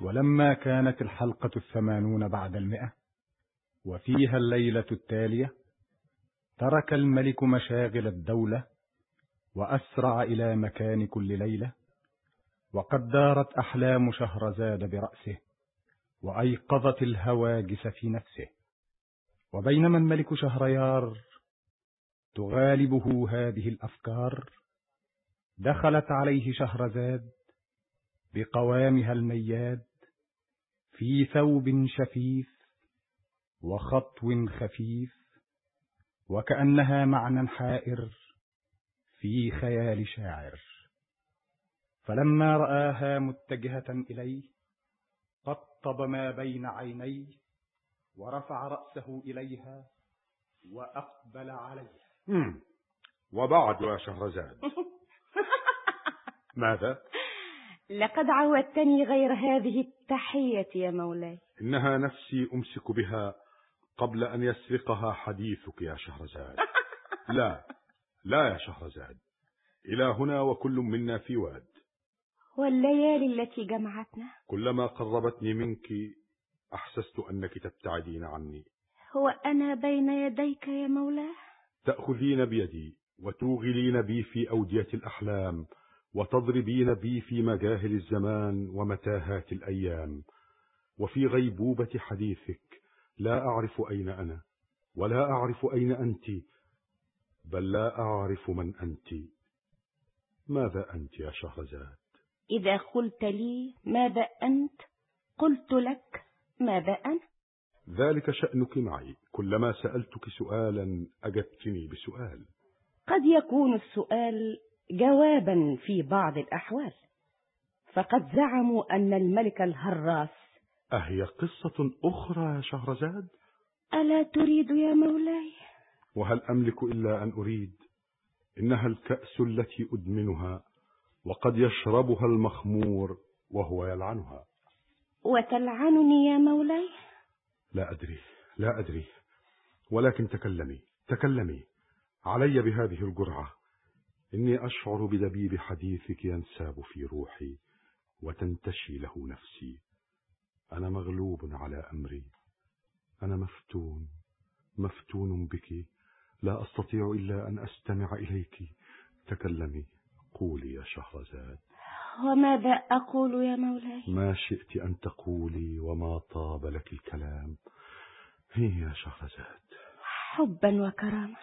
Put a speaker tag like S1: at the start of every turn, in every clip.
S1: ولما كانت الحلقة الثمانون بعد المئة وفيها الليلة التالية ترك الملك مشاغل الدولة وأسرع إلى مكان كل ليلة وقد دارت أحلام شهرزاد برأسه وأيقظت الهواجس في نفسه وبينما الملك شهريار تغالبه هذه الأفكار دخلت عليه شهرزاد بقوامها المياد في ثوب شفيف وخطو خفيف وكأنها معنى حائر في خيال شاعر فلما رآها متجهة إليه قطب ما بين عينيه ورفع رأسه إليها وأقبل عليها
S2: مم. وبعد يا شهرزاد ماذا؟
S3: لقد عودتني غير هذه التحية يا مولاي
S2: إنها نفسي أمسك بها قبل أن يسرقها حديثك يا شهرزاد لا لا يا شهرزاد إلى هنا وكل منا في واد
S3: والليالي التي جمعتنا
S2: كلما قربتني منك أحسست أنك تبتعدين عني
S3: وأنا بين يديك يا مولاي
S2: تأخذين بيدي وتوغلين بي في أودية الأحلام وتضربين بي في مجاهل الزمان ومتاهات الأيام وفي غيبوبة حديثك لا أعرف أين أنا ولا أعرف أين أنت بل لا أعرف من أنت ماذا أنت يا شهرزاد
S3: إذا قلت لي ماذا أنت قلت لك ماذا أنا
S2: ذلك شأنك معي كلما سألتك سؤالا أجبتني بسؤال
S3: قد يكون السؤال جوابا في بعض الأحوال فقد زعموا أن الملك الهراس
S2: أهي قصة أخرى يا شهرزاد
S3: ألا تريد يا مولاي
S2: وهل أملك إلا أن أريد إنها الكأس التي أدمنها وقد يشربها المخمور وهو يلعنها
S3: وتلعنني يا مولاي
S2: لا أدري لا أدري ولكن تكلمي تكلمي علي بهذه الجرعة إني أشعر بدبيب حديثك ينساب في روحي وتنتشي له نفسي أنا مغلوب على أمري أنا مفتون مفتون بك لا أستطيع إلا أن أستمع إليك تكلمي قولي يا شهرزاد
S3: وماذا أقول يا مولاي
S2: ما شئت أن تقولي وما طاب لك الكلام هي يا شهرزاد
S3: حبا وكرامة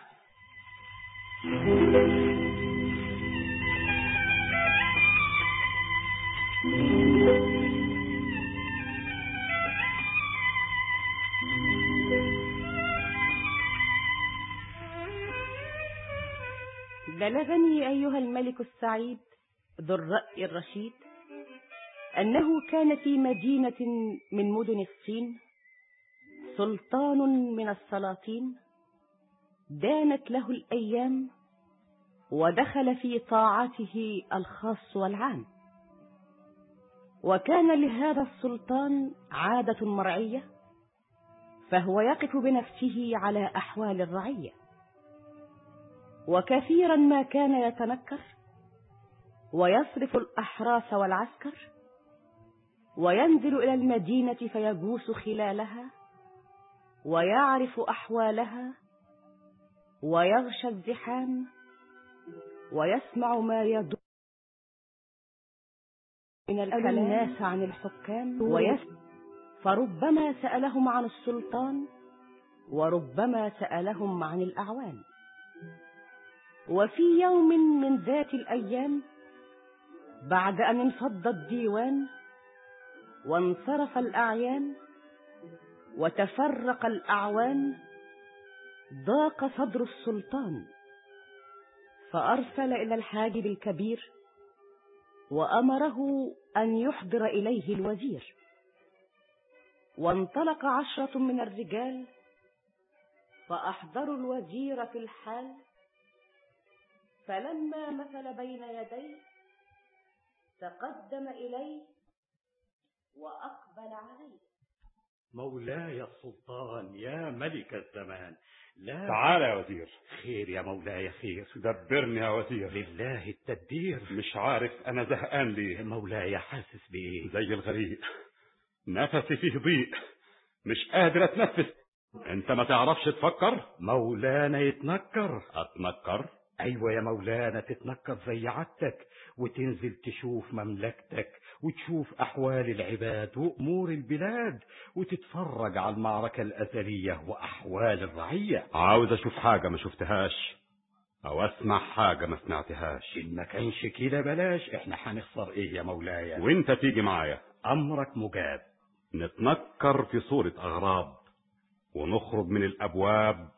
S3: بلغني أيها الملك السعيد ذو الرأي الرشيد أنه كان في مدينة من مدن الصين سلطان من السلاطين دانت له الأيام ودخل في طاعته الخاص والعام وكان لهذا السلطان عادة مرعية فهو يقف بنفسه على أحوال الرعية وكثيرا ما كان يتنكر ويصرف الأحراس والعسكر وينزل إلى المدينة فيجوس خلالها ويعرف أحوالها ويغشى الزحام ويسمع ما يدور من الكلام الناس عن الحكام ويس فربما سألهم عن السلطان وربما سألهم عن الأعوان وفي يوم من ذات الأيام بعد أن انفض الديوان وانصرف الأعيان وتفرق الأعوان ضاق صدر السلطان فأرسل إلى الحاجب الكبير وأمره أن يحضر إليه الوزير وانطلق عشرة من الرجال فأحضروا الوزير في الحال فلما مثل بين يديه تقدم إليه وأقبل عليه
S4: مولاي السلطان يا ملك الزمان لا
S2: تعال يا وزير
S4: خير يا مولاي خير
S2: دبرني يا وزير
S4: لله التدبير
S2: مش عارف أنا زهقان ليه
S4: مولاي حاسس بإيه
S2: زي الغريق
S4: نفسي فيه ضيق مش قادر اتنفس انت ما تعرفش تفكر مولانا يتنكر اتنكر ايوه يا مولانا تتنكر زي عادتك وتنزل تشوف مملكتك وتشوف احوال العباد وامور البلاد وتتفرج على المعركه الازليه واحوال الرعيه عاوز اشوف حاجه ما شفتهاش او اسمع حاجه ما سمعتهاش ان ما كانش كده بلاش احنا هنخسر ايه يا مولاي وانت تيجي معايا امرك مجاب نتنكر في صوره اغراب ونخرج من الابواب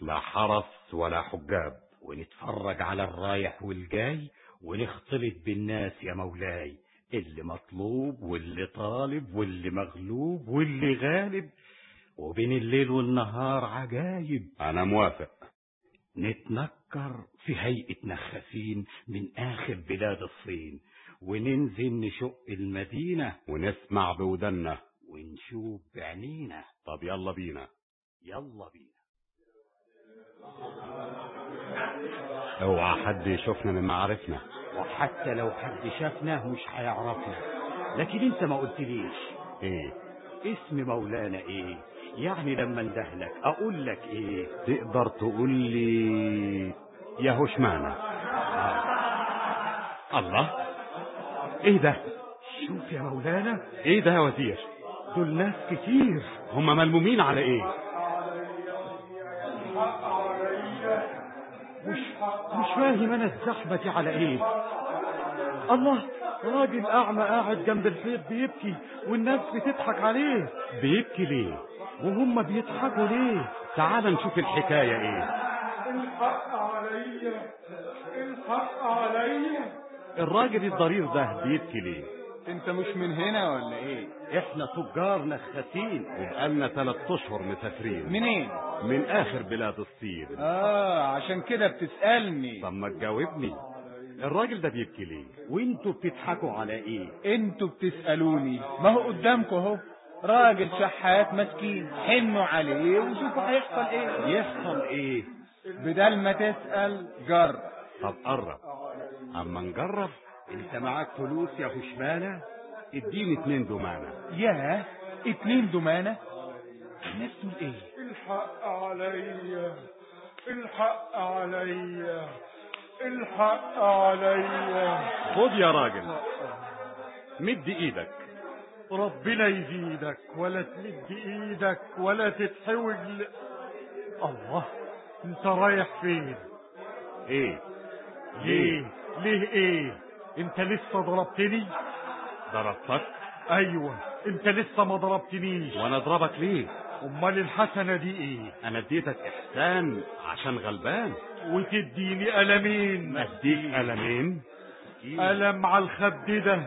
S4: لا حرس ولا حجاب ونتفرج على الرايح والجاي ونختلط بالناس يا مولاي اللي مطلوب واللي طالب واللي مغلوب واللي غالب وبين الليل والنهار عجايب انا موافق نتنكر في هيئة نخاسين من آخر بلاد الصين وننزل نشق المدينة ونسمع بودنا ونشوف بعينينا طب يلا بينا يلا بينا اوعى حد يشوفنا من معارفنا وحتى لو حد شافنا مش هيعرفنا لكن انت ما قلتليش ايه اسم مولانا ايه يعني لما اندهلك اقول لك ايه تقدر تقول لي يا هشمانة آه. الله ايه ده شوف يا مولانا ايه ده يا وزير دول ناس كتير هم ملمومين على ايه مش مش فاهم انا الزحمه دي على ايه الله راجل اعمى قاعد جنب الحيط بيبكي والناس بتضحك عليه بيبكي ليه وهم بيضحكوا ليه تعال نشوف الحكايه ايه
S5: الحق عليا الحق عليا
S4: الراجل الضرير ده بيبكي ليه
S1: انت مش من هنا ولا ايه
S4: احنا تجار نخاسين وبقالنا ثلاث اشهر مسافرين
S1: منين
S4: من اخر بلاد الصين
S1: اه عشان كده بتسالني
S4: طب ما تجاوبني الراجل ده بيبكي ليه وانتوا بتضحكوا على ايه
S1: انتوا بتسالوني ما هو قدامكم اهو راجل شحات مسكين حنوا عليه وشوفوا هيحصل ايه
S4: يحصل ايه
S1: بدل ما تسال جر
S4: طب قرب اما نجرب انت معاك فلوس يا هشمانة اديني اتنين دمانة
S1: ياه اتنين إيه؟ دمانه
S4: نفسه ايه
S5: الحق عليا الحق عليا الحق عليا
S4: خد يا راجل مد ايدك ربنا يزيدك ولا تمد ايدك ولا تتحوج ل... الله انت رايح فين ايه ليه ليه ايه انت لسه ضربتني ضربتك
S5: أيوة،
S4: ايوه انت لسه ما ضربتنيش وانا اضربك ليه امال الحسنه دي
S5: إيه؟
S4: ايه انا اديتك احسان عشان غلبان
S5: وتديني ألمين
S4: اديك المين
S5: ألم على الخد ده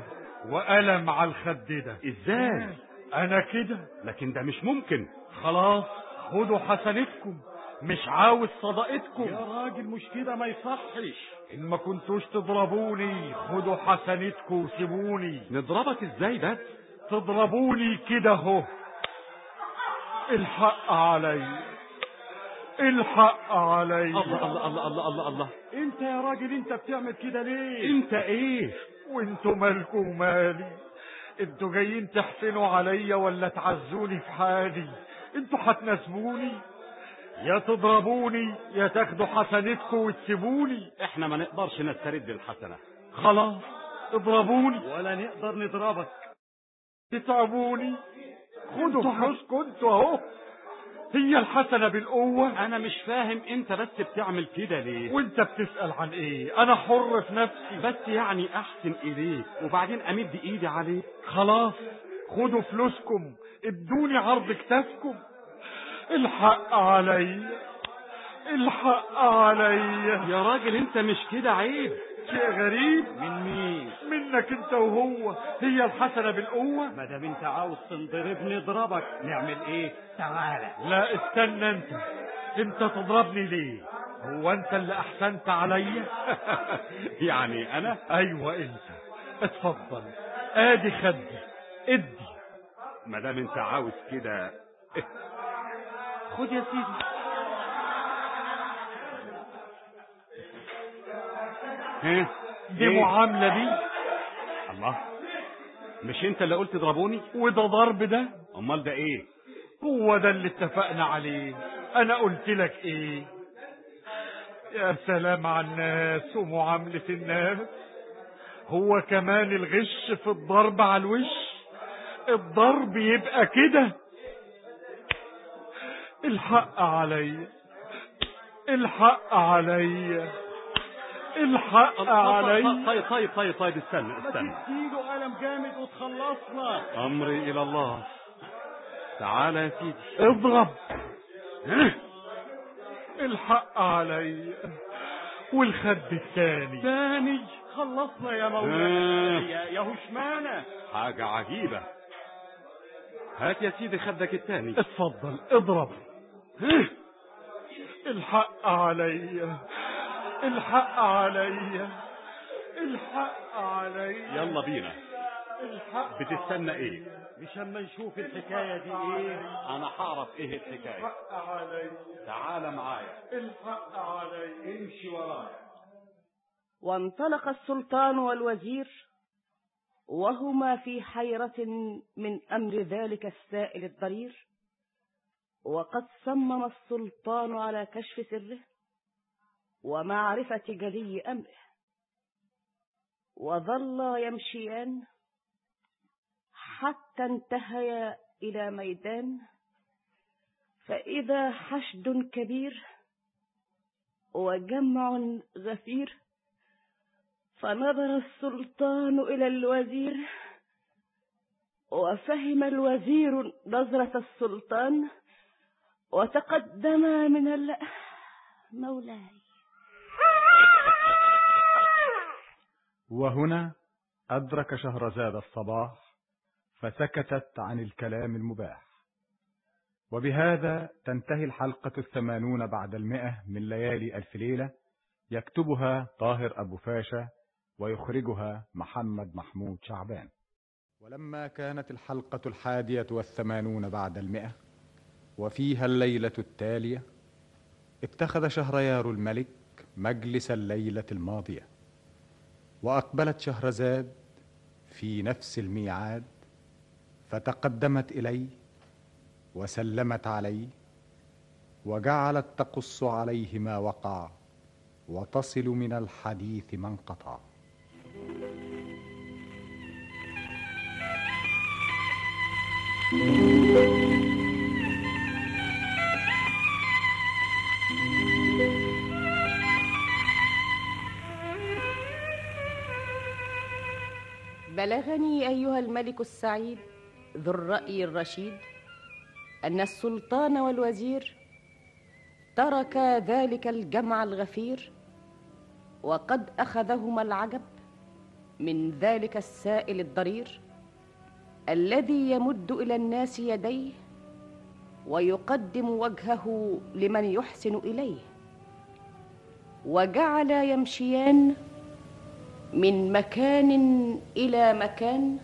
S5: وألم على الخد ده
S4: ازاي
S5: أنا كده
S4: لكن ده مش ممكن
S5: خلاص خدوا حسنتكم مش عاوز صدقتكم يا راجل مش كده ما يصحش إن ما كنتوش تضربوني خدوا حسنتكم وسيبوني
S4: نضربك ازاي بس
S5: تضربوني كده اهو الحق علي الحق علي
S4: الله الله الله الله الله الله
S5: انت يا راجل انت بتعمل كده ليه
S4: انت ايه
S5: وانتوا مالكوا ومالي انتوا جايين تحسنوا عليا ولا تعزوني في حالي انتوا هتناسبوني يا تضربوني يا تاخدوا حسنتكم وتسيبوني
S4: احنا ما نقدرش نسترد الحسنه
S5: خلاص اضربوني
S4: ولا نقدر نضربك
S5: تتعبوني خدوا فلوسكم انتوا اهو هي الحسنه بالقوه
S4: انا مش فاهم انت بس بتعمل كده ليه
S5: وانت بتسأل عن ايه انا حر في نفسي
S4: بس يعني احسن اليك وبعدين امد ايدي عليك
S5: خلاص خدوا فلوسكم ادوني عرض كتافكم الحق عليا الحق عليا
S4: يا راجل انت مش كده عيب
S5: شيء غريب
S4: من مين
S5: منك انت وهو هي الحسنه بالقوه
S4: ما دام انت عاوز تنضرب نضربك نعمل ايه تعالى
S5: لا استنى انت انت تضربني ليه هو انت اللي احسنت عليا
S4: يعني انا
S5: ايوه انت اتفضل ادي خدي ادي
S4: ما دام انت عاوز كده خد يا سيدي ها
S5: دي معامله دي
S4: الله مش انت اللي قلت اضربوني
S5: وده ضرب ده
S4: امال ده ايه
S5: هو ده اللي اتفقنا عليه انا قلت لك ايه يا سلام على الناس ومعاملة الناس هو كمان الغش في الضرب على الوش الضرب يبقى كده الحق عليا الحق عليا الحق عليا
S4: طيب طيب طيب طيب استنى استنى
S5: تديله قلم جامد وتخلصنا
S4: امري الى الله تعالى يا سيدي
S5: اضرب الحق عليا والخد الثاني
S4: تاني
S5: خلصنا يا
S4: مولانا.
S5: يا هشمانة
S4: حاجة عجيبة هات يا سيدي خدك التاني
S5: اتفضل اضرب الحق عليا الحق عليا الحق عليا
S4: يلا بينا
S5: الحق
S4: بتستنى ايه
S5: مشان ما نشوف الحكاية دي ايه
S4: انا هعرف ايه الحكاية
S5: الحق عليا
S4: تعالى معايا
S5: الحق عليا امشي ورايا
S3: وانطلق السلطان والوزير وهما في حيرة من أمر ذلك السائل الضرير وقد صمم السلطان على كشف سره ومعرفة جلي أمره وظلا يمشيان حتى انتهيا إلى ميدان فإذا حشد كبير وجمع غفير فنظر السلطان إلى الوزير وفهم الوزير نظرة السلطان وتقدما من ال مولاي
S6: وهنا أدرك شهرزاد الصباح فسكتت عن الكلام المباح وبهذا تنتهي الحلقة الثمانون بعد المئة من ليالي ألف ليلة يكتبها طاهر أبو فاشا ويخرجها محمد محمود شعبان ولما كانت الحلقة الحادية والثمانون بعد المئة وفيها الليلة التالية اتخذ شهريار الملك مجلس الليلة الماضية وأقبلت شهرزاد في نفس الميعاد فتقدمت إليه وسلمت عليه وجعلت تقص عليه ما وقع وتصل من الحديث ما انقطع
S3: بلغني أيها الملك السعيد ذو الرأي الرشيد أن السلطان والوزير تركا ذلك الجمع الغفير وقد أخذهما العجب من ذلك السائل الضرير الذي يمد إلى الناس يديه ويقدم وجهه لمن يحسن إليه وجعلا يمشيان من مكان الى مكان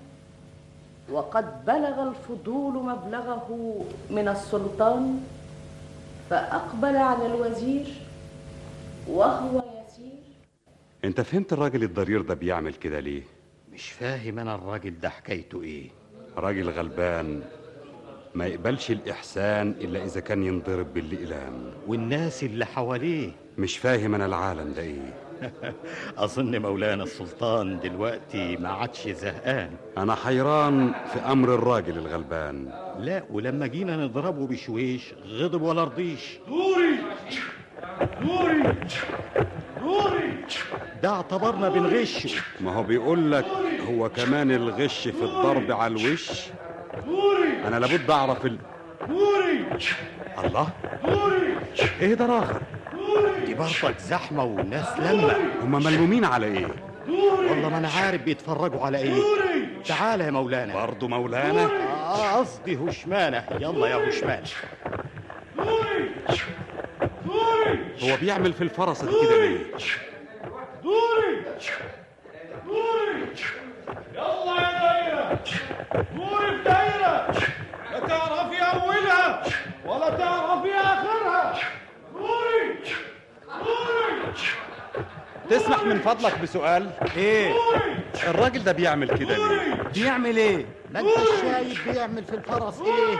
S3: وقد بلغ الفضول مبلغه من السلطان فاقبل على الوزير وهو يسير
S7: انت فهمت الراجل الضرير ده بيعمل كده ليه
S8: مش فاهم انا الراجل ده حكايته
S4: إيه؟
S8: ايه
S7: راجل غلبان ما يقبلش الإحسان إلا إذا كان ينضرب بالإقلام
S8: والناس اللي حواليه
S7: مش فاهم أنا العالم ده إيه
S8: اظن مولانا السلطان دلوقتي ما عادش زهقان
S7: أنا حيران في أمر الراجل الغلبان
S8: لا ولما جينا نضربه بشويش غضب ولا رضيش
S5: نوري نوري نوري
S8: ده اعتبرنا بنغشه
S7: ما هو بيقول لك هو كمان الغش في الضرب على الوش
S5: نوري
S7: أنا لابد أعرف ال...
S5: نوري
S7: الله
S5: نوري
S7: إيه ده راغب
S8: دي برضك زحمه والناس لما
S7: هما ملمومين على إيه
S8: والله ما انا عارف بيتفرجوا على ايه تعالى يا مولانا
S7: برضه مولانا
S8: آه، قصدي هشمانه يلا يا هشمانه
S5: نوري نوري
S7: هو بيعمل في الفرصة دي كده ليه
S5: دوري دوري يلا يا دايرة دوري في دايرة لا تعرفي أولها ولا تعرفي آخرها دوري دوري
S7: تسمح من فضلك بسؤال
S8: إيه.
S7: ايه الراجل ده بيعمل كده ليه بيعمل ايه
S8: ما انت شايف بيعمل في الفرس ايه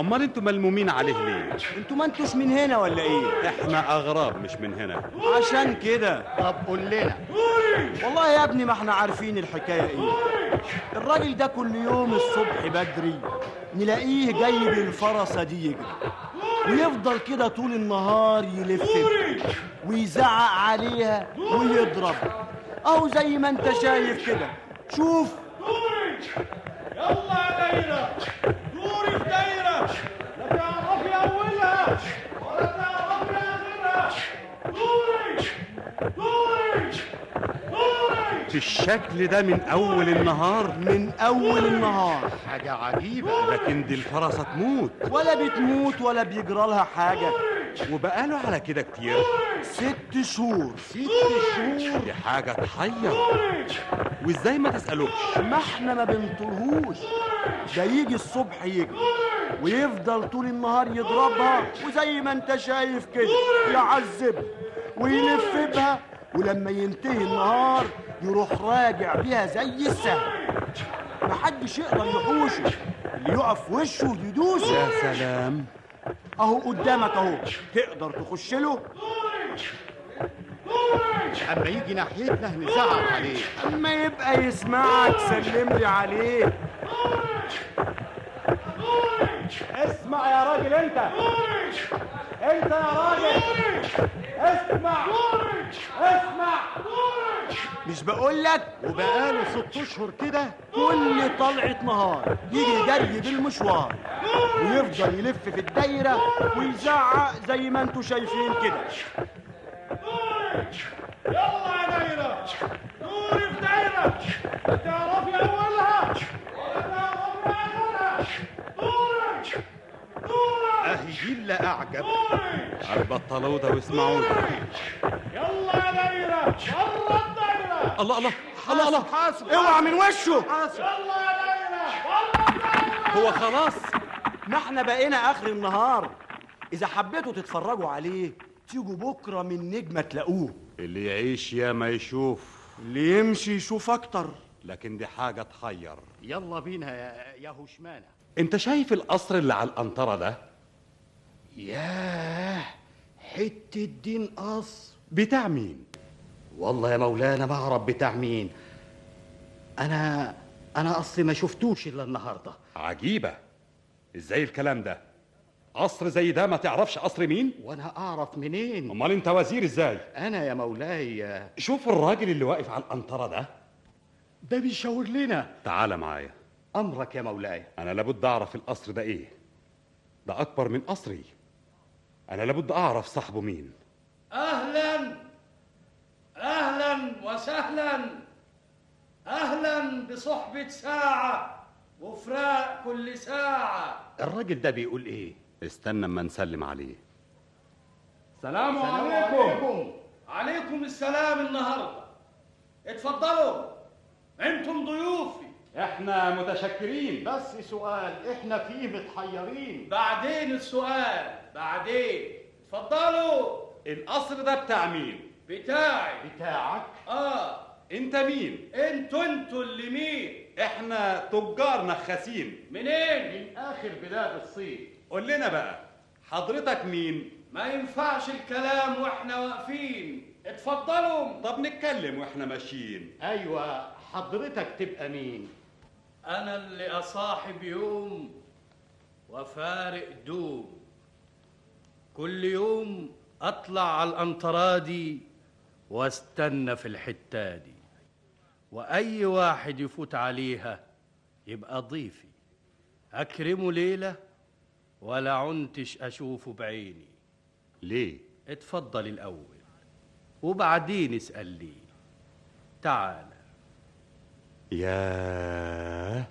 S7: امال انتوا ملمومين عليه ليه
S8: انتوا ما انتوش من هنا ولا ايه
S7: احنا اغراب مش من هنا
S8: عشان كده طب قول لنا والله يا ابني ما احنا عارفين الحكايه ايه الراجل ده كل يوم الصبح بدري نلاقيه جاي بالفرسه دي يجري ويفضل كده طول النهار يلف بيها ويزعق عليها ويضرب اهو زي ما انت شايف كده شوف
S9: يلا يا دايرة دوري في دايرة لا تعرفي أولها ولا تعرفي آخرها دوري دوري دوري
S7: بالشكل ده من اول النهار
S8: من اول النهار
S7: حاجه عجيبه لكن دي الفرسه تموت
S8: ولا بتموت ولا بيجرى لها حاجه
S7: وبقاله على كده كتير
S8: ست شهور ست شهور
S7: دي حاجه تحير وازاي ما تسالوش
S8: ما احنا ما بنطلهوش ده يجي الصبح يجري ويفضل طول النهار يضربها وزي ما انت شايف كده يعذبها ويلف بها ولما ينتهي النهار يروح راجع بيها زي السهم محدش يقدر يحوشه اللي يقف وشه يدوسه
S7: يا سلام
S8: اهو قدامك اهو تقدر تخش له
S7: اما يجي ناحيتنا هنزعل عليه
S8: اما يبقى يسمعك سلم لي عليه
S9: اسمع يا راجل انت انت يا راجل اسمع اسمع
S8: مش بقولك وبقاله ست اشهر كده كل طلعة نهار يجي جري بالمشوار ويفضل يلف في الدايرة ويزعق زي ما انتوا شايفين كده
S9: يلا يا دايرة دوري في دايرة لا تعرفي أولها ولا تعرفي آخرها دوري
S7: اهي الا اعجب البطلوه ده واسمعوا
S9: يلا يا دايرة بره الدايرة
S7: الله الله الله الله
S8: حاسب اوعى من وشه
S9: يلا يا دايرة بره
S8: هو خلاص ما احنا بقينا اخر النهار اذا حبيتوا تتفرجوا عليه تيجوا بكره من نجمه تلاقوه
S7: اللي يعيش يا ما يشوف
S8: اللي يمشي يشوف اكتر
S7: لكن دي حاجه تحير
S10: يلا بينا يا, يا هشمانة
S7: انت شايف القصر اللي على القنطره ده
S10: ياه حتة دين قصر
S7: بتاع مين
S10: والله يا مولانا ما اعرف بتاع مين انا انا اصلي ما شفتوش الا النهارده
S7: عجيبه ازاي الكلام ده قصر زي ده ما تعرفش قصر مين
S10: وانا اعرف منين
S7: امال انت وزير ازاي
S10: انا يا مولاي
S7: شوف الراجل اللي واقف على القنطره ده
S10: ده بيشاور لنا
S7: تعال معايا
S10: امرك يا مولاي
S7: انا لابد اعرف القصر ده ايه ده اكبر من قصري انا لابد اعرف صاحبه مين
S11: أهلا أهلا وسهلا أهلا بصحبة ساعة وفراق كل ساعة
S7: الراجل ده بيقول
S10: إيه؟
S7: ايه استنى اما نسلم عليه
S11: سلام عليكم عليكم السلام النهاردة اتفضلوا انتم ضيوفي
S7: احنا متشكرين
S10: بس سؤال احنا فيه متحيرين
S11: بعدين السؤال بعدين اتفضلوا
S7: القصر ده بتاع مين
S11: بتاعي
S10: بتاعك
S11: اه
S7: انت مين
S11: انتوا انتوا اللي مين
S7: احنا تجار نخاسين
S11: منين
S10: من اخر بلاد الصين
S7: قول لنا بقى حضرتك مين
S11: ما ينفعش الكلام واحنا واقفين اتفضلوا
S7: طب نتكلم واحنا ماشيين
S10: ايوه حضرتك تبقى مين
S11: انا اللي اصاحب يوم وفارق دوم كل يوم اطلع على الانطرة دي واستنى في الحتة دي واي واحد يفوت عليها يبقى ضيفي اكرمه ليلة ولا عنتش اشوفه بعيني
S7: ليه
S11: اتفضل الاول وبعدين اسأل لي تعال
S7: ياه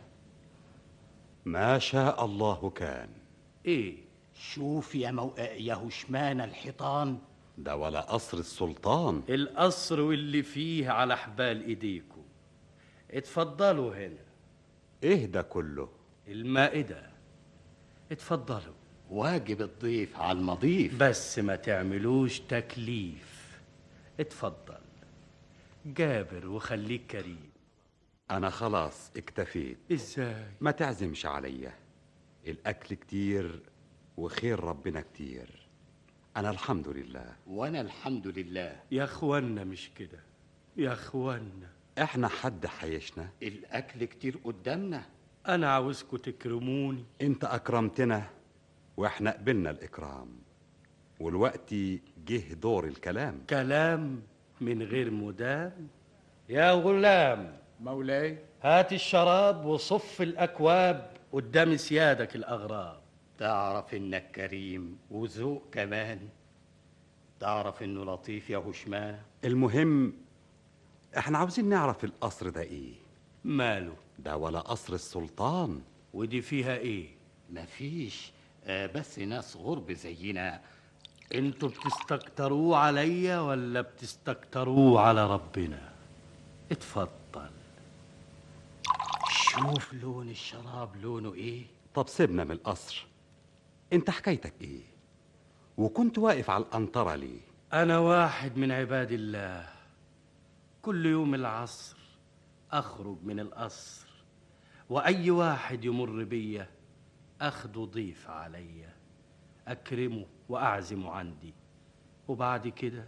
S7: ما شاء الله كان
S11: ايه
S4: إيه؟
S10: شوف يا مو... يا هشمانة الحيطان
S7: ده ولا قصر السلطان
S11: القصر واللي فيه على حبال ايديكم اتفضلوا هنا
S7: ايه ده كله
S11: المائدة اتفضلوا
S10: واجب الضيف على المضيف
S11: بس ما تعملوش تكليف اتفضل جابر وخليك كريم
S7: أنا خلاص اكتفيت
S11: إزاي؟
S7: ما تعزمش عليا الأكل كتير وخير ربنا كتير أنا الحمد لله
S4: وأنا الحمد لله
S11: يا اخوانا مش كده يا اخوانا
S7: إحنا حد حيشنا
S4: الأكل كتير قدامنا
S11: أنا عاوزكم تكرموني
S7: أنت أكرمتنا وإحنا قبلنا الإكرام والوقت جه دور الكلام
S11: كلام من غير مدام يا غلام
S12: مولاي
S11: هات الشراب وصف الأكواب قدام سيادك الأغراب
S4: تعرف إنك كريم وذوق كمان تعرف إنه لطيف يا هشام
S7: المهم إحنا عاوزين نعرف القصر ده إيه
S11: ماله
S7: ده ولا قصر السلطان
S11: ودي فيها إيه
S4: مفيش آه بس ناس غرب زينا
S11: انتوا بتستكتروه عليا ولا بتستكتروه على ربنا اتفضل
S4: شوف لون الشراب لونه ايه
S7: طب سيبنا من القصر أنت حكايتك إيه وكنت واقف على القنطرة ليه
S11: انا واحد من عباد الله كل يوم العصر اخرج من القصر واي واحد يمر بيا اخده ضيف عليا اكرمه واعزمه عندي وبعد كده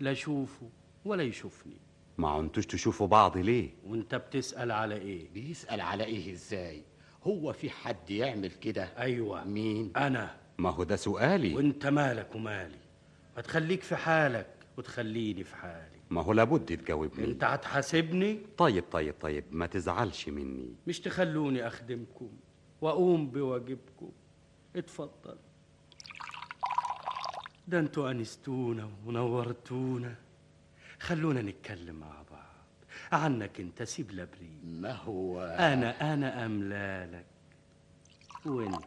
S11: لا اشوفه ولا يشوفني
S7: ما عنتوش تشوفوا بعض ليه
S11: وانت بتسال على ايه
S4: بيسأل على ايه ازاي هو في حد يعمل كده
S11: ايوه
S4: مين
S11: انا
S7: ما هو ده سؤالي
S11: وانت مالك ومالي ما تخليك في حالك وتخليني في حالي
S7: ما هو لابد تجاوبني
S11: انت هتحاسبني
S7: طيب طيب طيب ما تزعلش مني
S11: مش تخلوني اخدمكم واقوم بواجبكم اتفضل ده انتوا انستونا ونورتونا خلونا نتكلم مع بعض عنك انت سيب لبري
S4: ما هو
S11: انا انا املالك وانت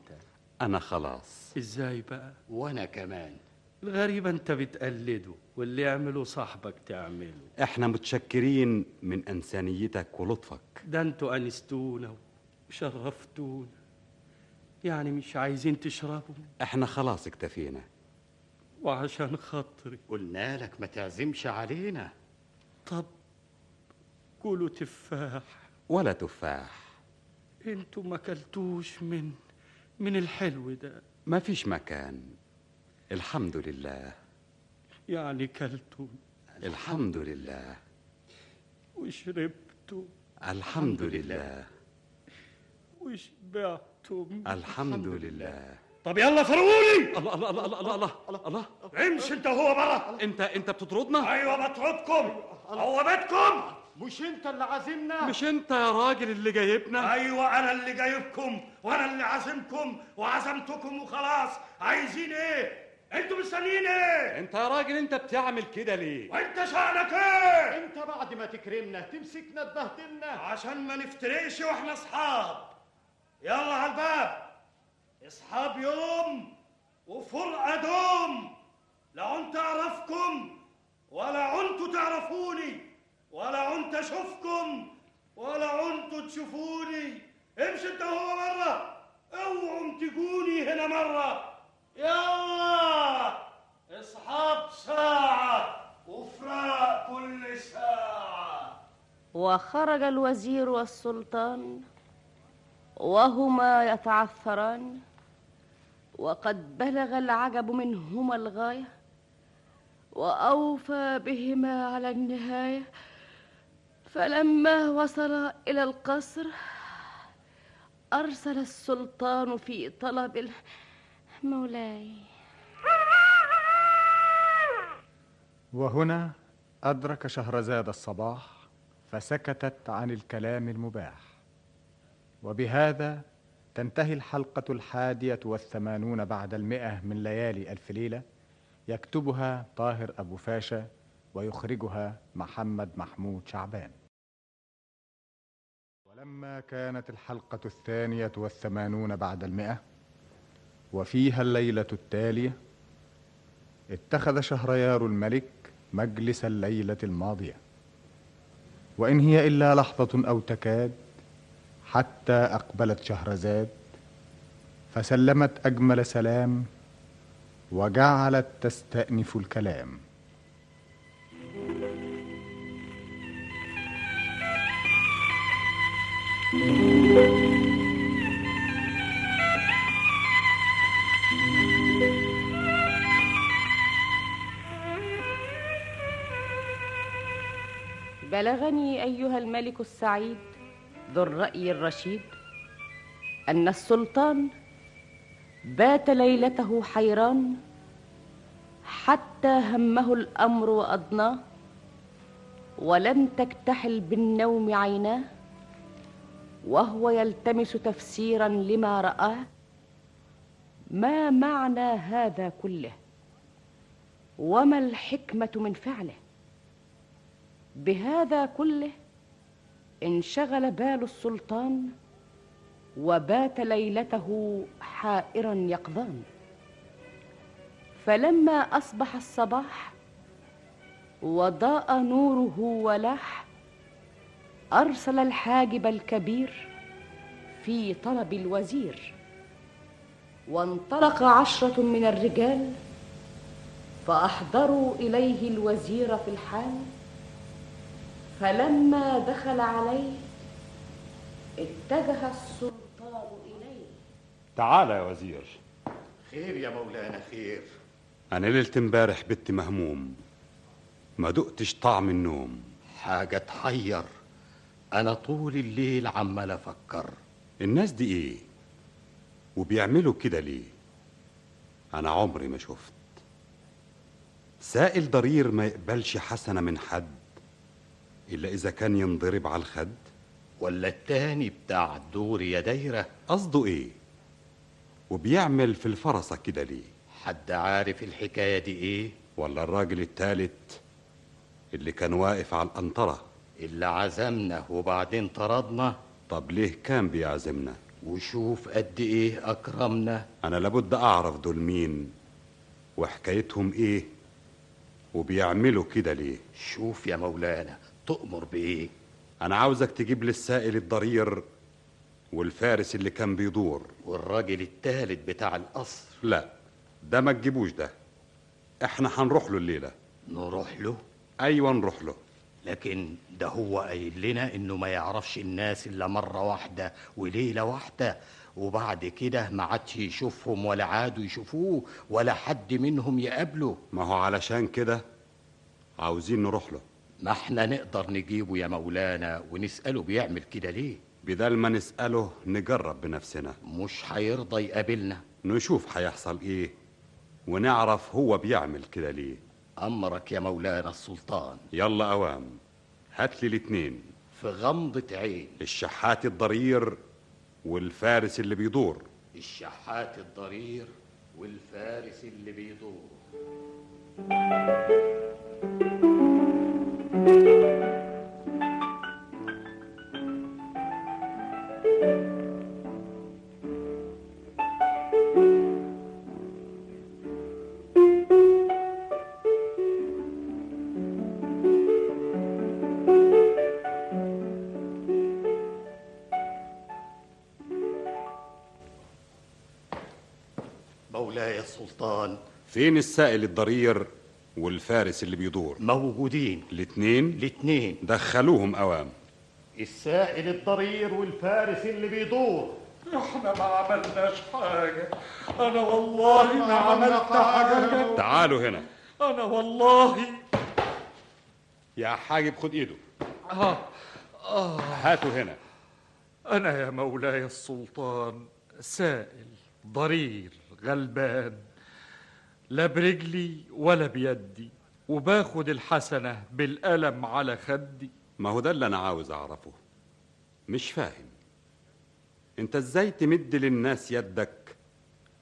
S7: أنا خلاص
S11: ازاي بقى
S4: وانا كمان
S11: الغريب انت بتقلده واللي يعمله صاحبك تعمله
S7: إحنا متشكرين من إنسانيتك ولطفك
S11: ده انتوا انستونا وشرفتونا يعني مش عايزين تشربوا
S7: إحنا خلاص اكتفينا
S11: وعشان خاطري
S4: قلنا لك ما تعزمش علينا
S11: طب كلوا تفاح
S7: ولا تفاح
S11: انتوا ما كلتوش من من الحلو ده
S7: ما فيش مكان الحمد لله
S11: يعني كلتوا
S7: الحمد لله
S11: وشربتوا
S7: الحمد لله
S11: وشبعتم
S7: الحمد لله
S8: طب يلا فرقوني
S7: الله الله الله الله الله الله, الله.
S8: امشي انت هو برا
S7: انت انت بتطردنا
S8: ايوه بطردكم عوابتكم
S5: مش انت اللي عازمنا
S7: مش انت يا راجل اللي جايبنا
S8: ايوه انا اللي جايبكم وانا اللي عازمكم وعزمتكم وخلاص عايزين ايه انتوا مستنيين ايه
S7: انت يا راجل انت بتعمل كده ليه
S8: وانت شأنك ايه
S5: انت بعد ما تكرمنا تمسكنا تبهدلنا
S8: عشان ما نفترقش واحنا اصحاب يلا على الباب اصحاب يوم وفرقة دوم لا عنت اعرفكم ولا عنتوا تعرفوني ولا عنت اشوفكم ولا عنتوا تشوفوني امشي انت هو مرة اوعوا تجوني هنا مرة يلا اصحاب ساعة وفراق كل ساعة
S13: وخرج الوزير والسلطان وهما يتعثران وقد بلغ العجب منهما الغايه واوفى بهما على النهايه فلما وصلا الى القصر ارسل السلطان في طلب ال- مولاي
S6: وهنا أدرك شهرزاد الصباح فسكتت عن الكلام المباح وبهذا تنتهي الحلقة الحادية والثمانون بعد المئة من ليالي ألف ليلة يكتبها طاهر أبو فاشا ويخرجها محمد محمود شعبان ولما كانت الحلقة الثانية والثمانون بعد المئة وفيها الليلة التالية اتخذ شهريار الملك مجلس الليلة الماضية وإن هي إلا لحظة أو تكاد حتى أقبلت شهرزاد فسلمت أجمل سلام وجعلت تستأنف الكلام
S13: بلغني ايها الملك السعيد ذو الراي الرشيد ان السلطان بات ليلته حيران حتى همه الامر واضناه ولم تكتحل بالنوم عيناه وهو يلتمس تفسيرا لما راه ما معنى هذا كله وما الحكمه من فعله بهذا كله انشغل بال السلطان وبات ليلته حائرا يقظان فلما اصبح الصباح وضاء نوره ولاح ارسل الحاجب الكبير في طلب الوزير وانطلق عشره من الرجال فاحضروا اليه الوزير في الحال فلما دخل عليه اتجه السلطان اليه
S7: تعال يا وزير
S10: خير يا مولانا خير
S7: أنا ليلة امبارح بت مهموم ما دقتش طعم النوم
S10: حاجة تحير أنا طول الليل عمال أفكر
S7: الناس دي إيه؟ وبيعملوا كده ليه؟ أنا عمري ما شفت سائل ضرير ما يقبلش حسنة من حد إلا إذا كان ينضرب على الخد
S10: ولا التاني بتاع الدور يا دايرة
S7: قصده إيه؟ وبيعمل في الفرصة كده ليه؟
S10: حد عارف الحكاية دي إيه؟
S7: ولا الراجل التالت اللي كان واقف على القنطرة
S10: اللي عزمنا وبعدين طردنا
S7: طب ليه كان بيعزمنا؟
S10: وشوف قد إيه أكرمنا
S7: أنا لابد أعرف دول مين وحكايتهم إيه وبيعملوا كده ليه
S10: شوف يا مولانا تؤمر بإيه؟
S7: أنا عاوزك تجيب لي السائل الضرير والفارس اللي كان بيدور
S10: والراجل التالت بتاع القصر
S7: لا ده ما تجيبوش ده احنا هنروح له الليلة
S10: نروح له
S7: أيوة نروح له
S10: لكن ده هو قايل لنا إنه ما يعرفش الناس إلا مرة واحدة وليلة واحدة وبعد كده ما عادش يشوفهم ولا عادوا يشوفوه ولا حد منهم يقابله
S7: ما هو علشان كده عاوزين نروح له
S10: ما احنا نقدر نجيبه يا مولانا ونسأله بيعمل كده ليه
S7: بدل ما نسأله نجرب بنفسنا
S10: مش هيرضى يقابلنا
S7: نشوف هيحصل ايه ونعرف هو بيعمل كده ليه
S10: أمرك يا مولانا السلطان
S7: يلا أوام هات لي الاتنين
S10: في غمضة عين
S7: الشحات الضرير والفارس اللي بيدور
S10: الشحات الضرير والفارس اللي بيدور مولاي السلطان
S7: فين السائل الضرير والفارس اللي بيدور
S10: موجودين
S7: الاتنين
S10: الاتنين
S7: دخلوهم أوام
S10: السائل الضرير والفارس اللي بيدور
S5: احنا ما عملناش حاجة انا والله ما عملت حاجة
S7: تعالوا هنا
S5: انا والله
S7: يا حاجب خد ايده
S5: آه. آه.
S7: هاته هنا
S5: انا يا مولاي السلطان سائل ضرير غلبان لا برجلي ولا بيدي وباخد الحسنة بالقلم على خدي
S7: ما هو ده اللي أنا عاوز أعرفه مش فاهم أنت إزاي تمد للناس يدك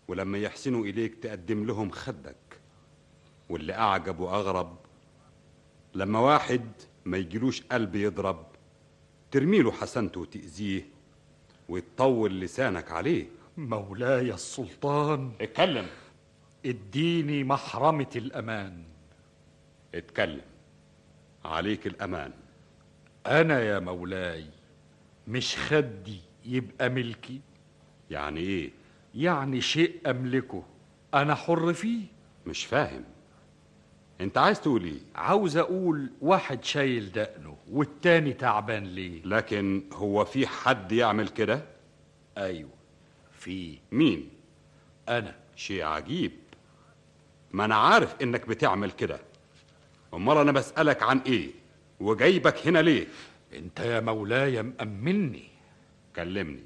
S7: ولما يحسنوا إليك تقدم لهم خدك واللي أعجب وأغرب لما واحد ما يجيلوش قلب يضرب ترميله حسنته وتأذيه وتطول لسانك عليه
S5: مولاي السلطان
S7: اتكلم
S5: اديني محرمة الأمان
S7: اتكلم عليك الأمان
S5: أنا يا مولاي مش خدي يبقى ملكي
S7: يعني ايه
S5: يعني شيء أملكه أنا حر فيه
S7: مش فاهم انت عايز تقول ايه
S14: عاوز اقول واحد شايل دقنه والتاني تعبان ليه
S7: لكن هو في حد يعمل كده
S5: أيوه،
S14: ايوه في
S7: مين
S14: انا
S7: شيء عجيب ما انا عارف انك بتعمل كده امال انا بسالك عن ايه وجايبك هنا ليه
S14: انت يا مولاي مأمني
S7: كلمني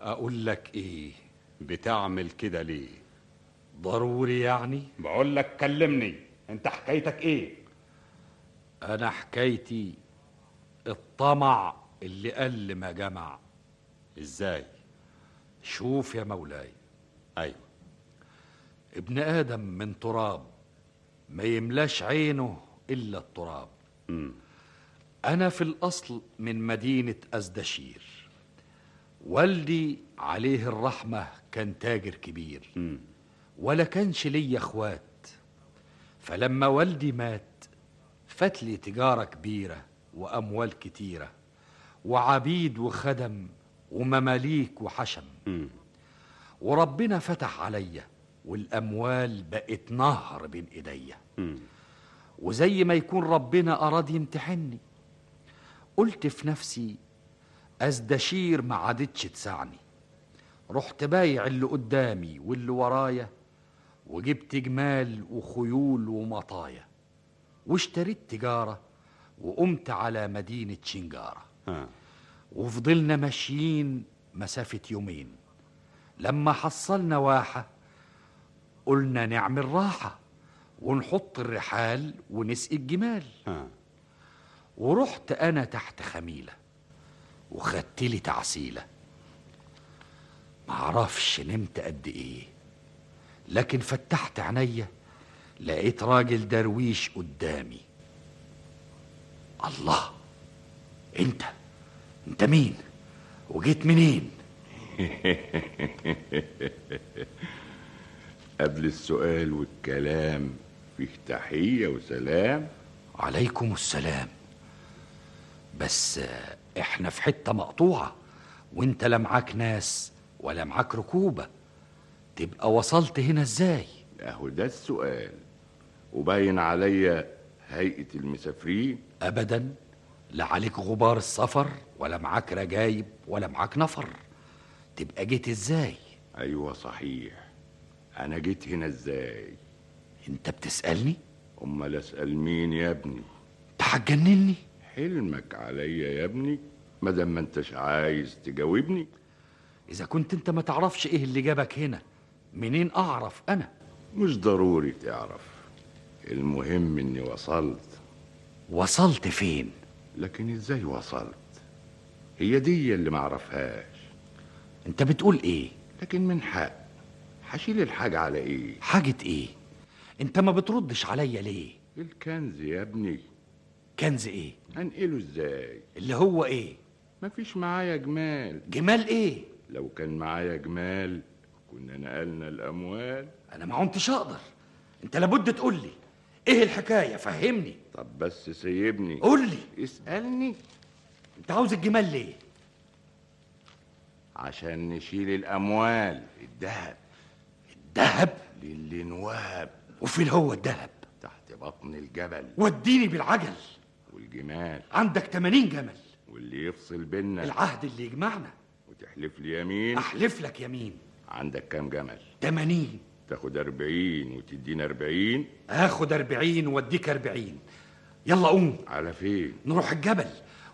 S14: اقول لك ايه
S7: بتعمل كده ليه
S14: ضروري يعني
S7: بقول لك كلمني انت حكايتك ايه
S14: انا حكايتي الطمع اللي قل ما جمع
S7: ازاي
S14: شوف يا مولاي
S7: ايوه
S14: ابن ادم من تراب ما يملاش عينه الا التراب
S7: مم.
S14: انا في الاصل من مدينه ازدشير والدي عليه الرحمه كان تاجر كبير
S7: مم.
S14: ولا كانش ليا اخوات فلما والدي مات فات لي تجاره كبيره واموال كتيره وعبيد وخدم ومماليك وحشم
S7: مم.
S14: وربنا فتح عليا والاموال بقت نهر بين ايديا
S7: مم.
S14: وزي ما يكون ربنا أراد يمتحني قلت في نفسي أزدشير ما عادتش تسعني رحت بايع اللي قدامي واللي ورايا وجبت جمال وخيول ومطايا واشتريت تجارة وقمت على مدينة شنجارة
S7: ها.
S14: وفضلنا ماشيين مسافة يومين لما حصلنا واحة قلنا نعمل راحة ونحط الرحال ونسقي الجمال
S7: ها.
S14: ورحت انا تحت خميله وخدت لي تعسيله معرفش نمت قد ايه لكن فتحت عينيا لقيت راجل درويش قدامي الله انت انت مين وجيت منين
S15: قبل السؤال والكلام فيه تحية وسلام
S14: عليكم السلام بس آه، احنا في حته مقطوعه وانت لا معاك ناس ولا معاك ركوبه تبقى وصلت هنا ازاي
S15: أهو ده السؤال وباين عليا هيئة المسافرين
S14: ابدا لا عليك غبار السفر ولا معاك رجايب ولا معاك نفر تبقى جيت ازاي
S15: أيوة صحيح أنا جيت هنا إزاي
S14: أنت بتسألني؟
S15: أمال أسأل مين يا ابني؟
S14: تحجنني
S15: حلمك عليا يا ابني مادام ما انتش عايز تجاوبني
S14: اذا كنت انت ما تعرفش ايه اللي جابك هنا منين اعرف انا
S15: مش ضروري تعرف المهم اني وصلت
S14: وصلت فين
S15: لكن ازاي وصلت هي دي اللي معرفهاش
S14: انت بتقول ايه
S15: لكن من حق هشيل الحاجة على ايه
S14: حاجه ايه انت ما بتردش عليا ليه
S15: الكنز يا ابني
S14: كنز ايه
S15: هنقله ازاي
S14: اللي هو ايه
S15: مفيش معايا جمال
S14: جمال ايه
S15: لو كان معايا جمال كنا نقلنا الاموال
S14: انا ما عمتش اقدر انت لابد تقول لي ايه الحكايه فهمني
S15: طب بس سيبني
S14: قول لي
S15: اسألني
S14: انت عاوز الجمال ليه
S15: عشان نشيل الاموال الذهب
S14: الذهب
S15: للي انوهب
S14: وفين هو الذهب
S15: تحت بطن الجبل
S14: وديني بالعجل
S15: والجمال
S14: عندك 80 جمل
S15: واللي يفصل بينا
S14: العهد اللي يجمعنا
S15: وتحلف لي يمين
S14: احلف لك يمين
S15: عندك كام جمل
S14: 80
S15: تاخد أربعين وتدينا أربعين
S14: هاخد 40 واديك 40 يلا قوم
S15: على فين
S14: نروح الجبل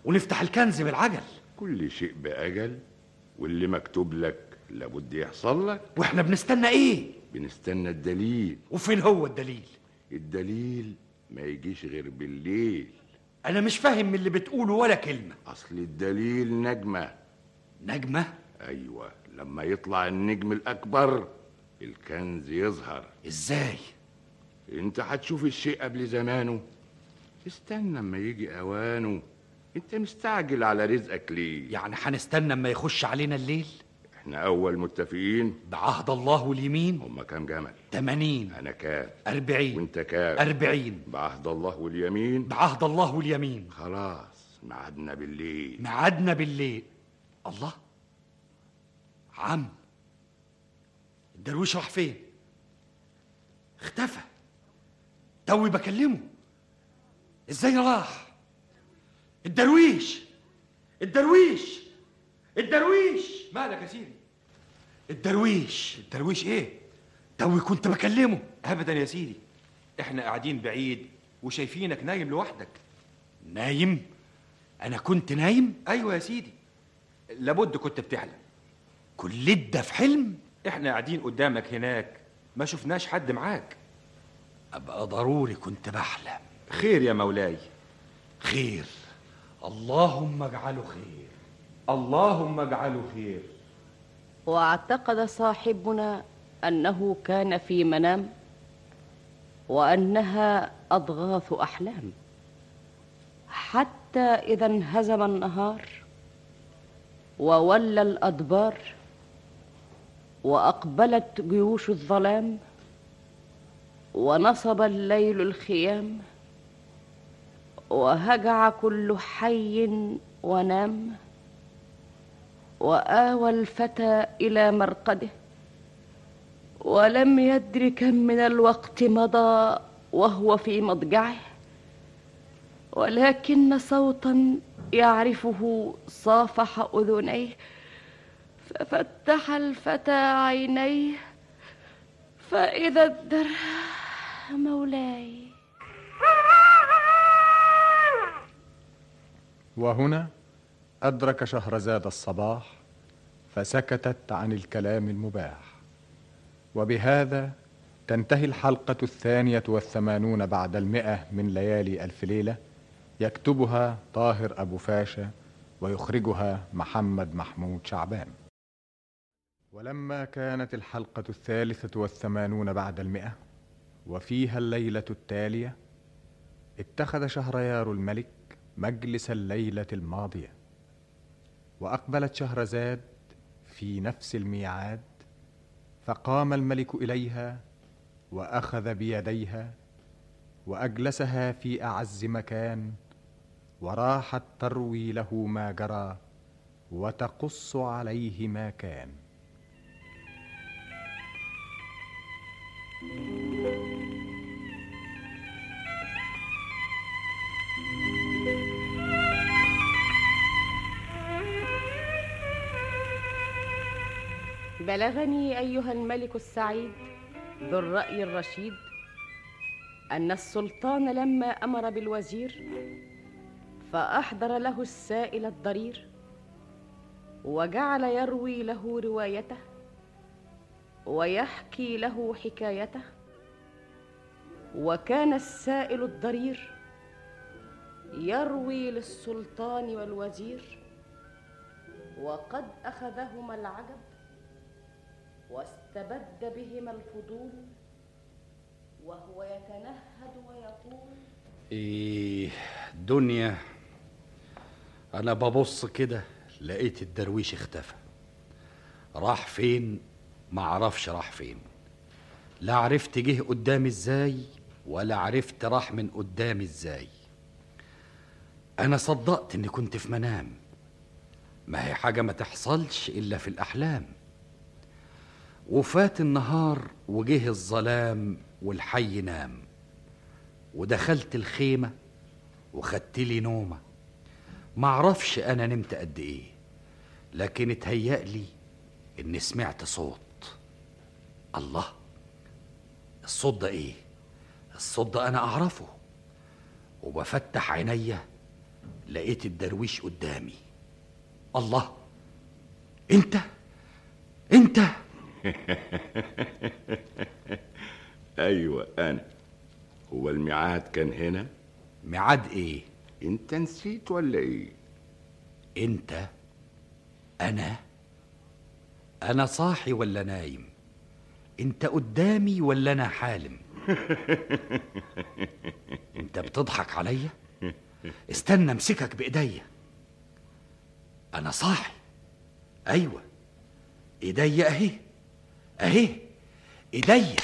S14: ونفتح الكنز بالعجل
S15: كل شيء بأجل واللي مكتوب لك لابد يحصل لك
S14: واحنا بنستنى ايه
S15: بنستنى الدليل
S14: وفين هو الدليل
S15: الدليل ما يجيش غير بالليل
S14: انا مش فاهم من اللي بتقوله ولا كلمه
S15: أصل الدليل نجمة
S14: نجمه
S15: أيوة لما يطلع النجم الأكبر الكنز يظهر
S14: ازاي
S15: انت هتشوف الشيء قبل زمانه استنى اما يجي اوانه انت مستعجل على رزقك ليه
S14: يعني هنستنى اما يخش علينا الليل
S15: احنا اول متفقين
S14: بعهد الله واليمين
S15: هما كام جمل
S14: 80
S15: انا كام
S14: 40
S15: وانت كام
S14: 40
S15: بعهد الله واليمين
S14: بعهد الله واليمين
S15: خلاص ميعادنا بالليل
S14: ميعادنا بالليل الله عم الدرويش راح فين اختفى
S8: توي بكلمه ازاي راح الدرويش الدرويش الدرويش مالك يا سيدي الدرويش الدرويش
S16: إيه؟
S8: ايه توي كنت بكلمه
S16: ابدا يا سيدي احنا قاعدين بعيد وشايفينك نايم لوحدك
S8: نايم انا كنت نايم
S16: ايوه يا سيدي لابد كنت بتحلم
S8: كل ده في حلم
S16: احنا قاعدين قدامك هناك ما شفناش حد معاك
S8: ابقى ضروري كنت بحلم
S16: خير يا مولاي
S8: خير اللهم اجعله خير
S16: اللهم اجعله خير
S13: واعتقد صاحبنا انه كان في منام وانها اضغاث احلام حتى اذا انهزم النهار وولى الادبار واقبلت جيوش الظلام ونصب الليل الخيام وهجع كل حي ونام واوى الفتى الى مرقده ولم يدر كم من الوقت مضى وهو في مضجعه ولكن صوتا يعرفه صافح اذنيه ففتح الفتى عينيه فاذا الدرع مولاي
S6: وهنا أدرك شهرزاد الصباح فسكتت عن الكلام المباح وبهذا تنتهي الحلقة الثانية والثمانون بعد المئة من ليالي ألف ليلة يكتبها طاهر أبو فاشا ويخرجها محمد محمود شعبان ولما كانت الحلقة الثالثة والثمانون بعد المئة وفيها الليلة التالية اتخذ شهريار الملك مجلس الليلة الماضية وأقبلت شهرزاد في نفس الميعاد فقام الملك إليها وأخذ بيديها وأجلسها في أعز مكان وراحت تروي له ما جرى وتقص عليه ما كان
S13: بلغني ايها الملك السعيد ذو الراي الرشيد ان السلطان لما امر بالوزير فاحضر له السائل الضرير وجعل يروي له روايته ويحكي له حكايته وكان السائل الضرير يروي للسلطان والوزير وقد اخذهما العجب واستبد بهما الفضول وهو يتنهد ويقول
S14: ايه دنيا انا ببص كده لقيت الدرويش اختفى راح فين معرفش راح فين لا عرفت جه قدامي ازاي ولا عرفت راح من قدامي ازاي انا صدقت اني كنت في منام ما هي حاجه ما تحصلش الا في الاحلام وفات النهار وجه الظلام والحي نام ودخلت الخيمة وخدت لي نومة معرفش أنا نمت قد إيه لكن اتهيأ لي إني سمعت صوت الله الصوت ده إيه؟ الصوت ده أنا أعرفه وبفتح عينيا لقيت الدرويش قدامي الله أنت أنت
S8: أيوة،
S15: ايوه انا هو الميعاد كان هنا
S14: ميعاد ايه
S15: انت نسيت ولا ايه
S14: انت انا انا صاحي ولا نايم انت قدامي ولا انا حالم انت بتضحك عليا استنى امسكك بايديا انا صاحي ايوه ايديا اهي اهي ايديا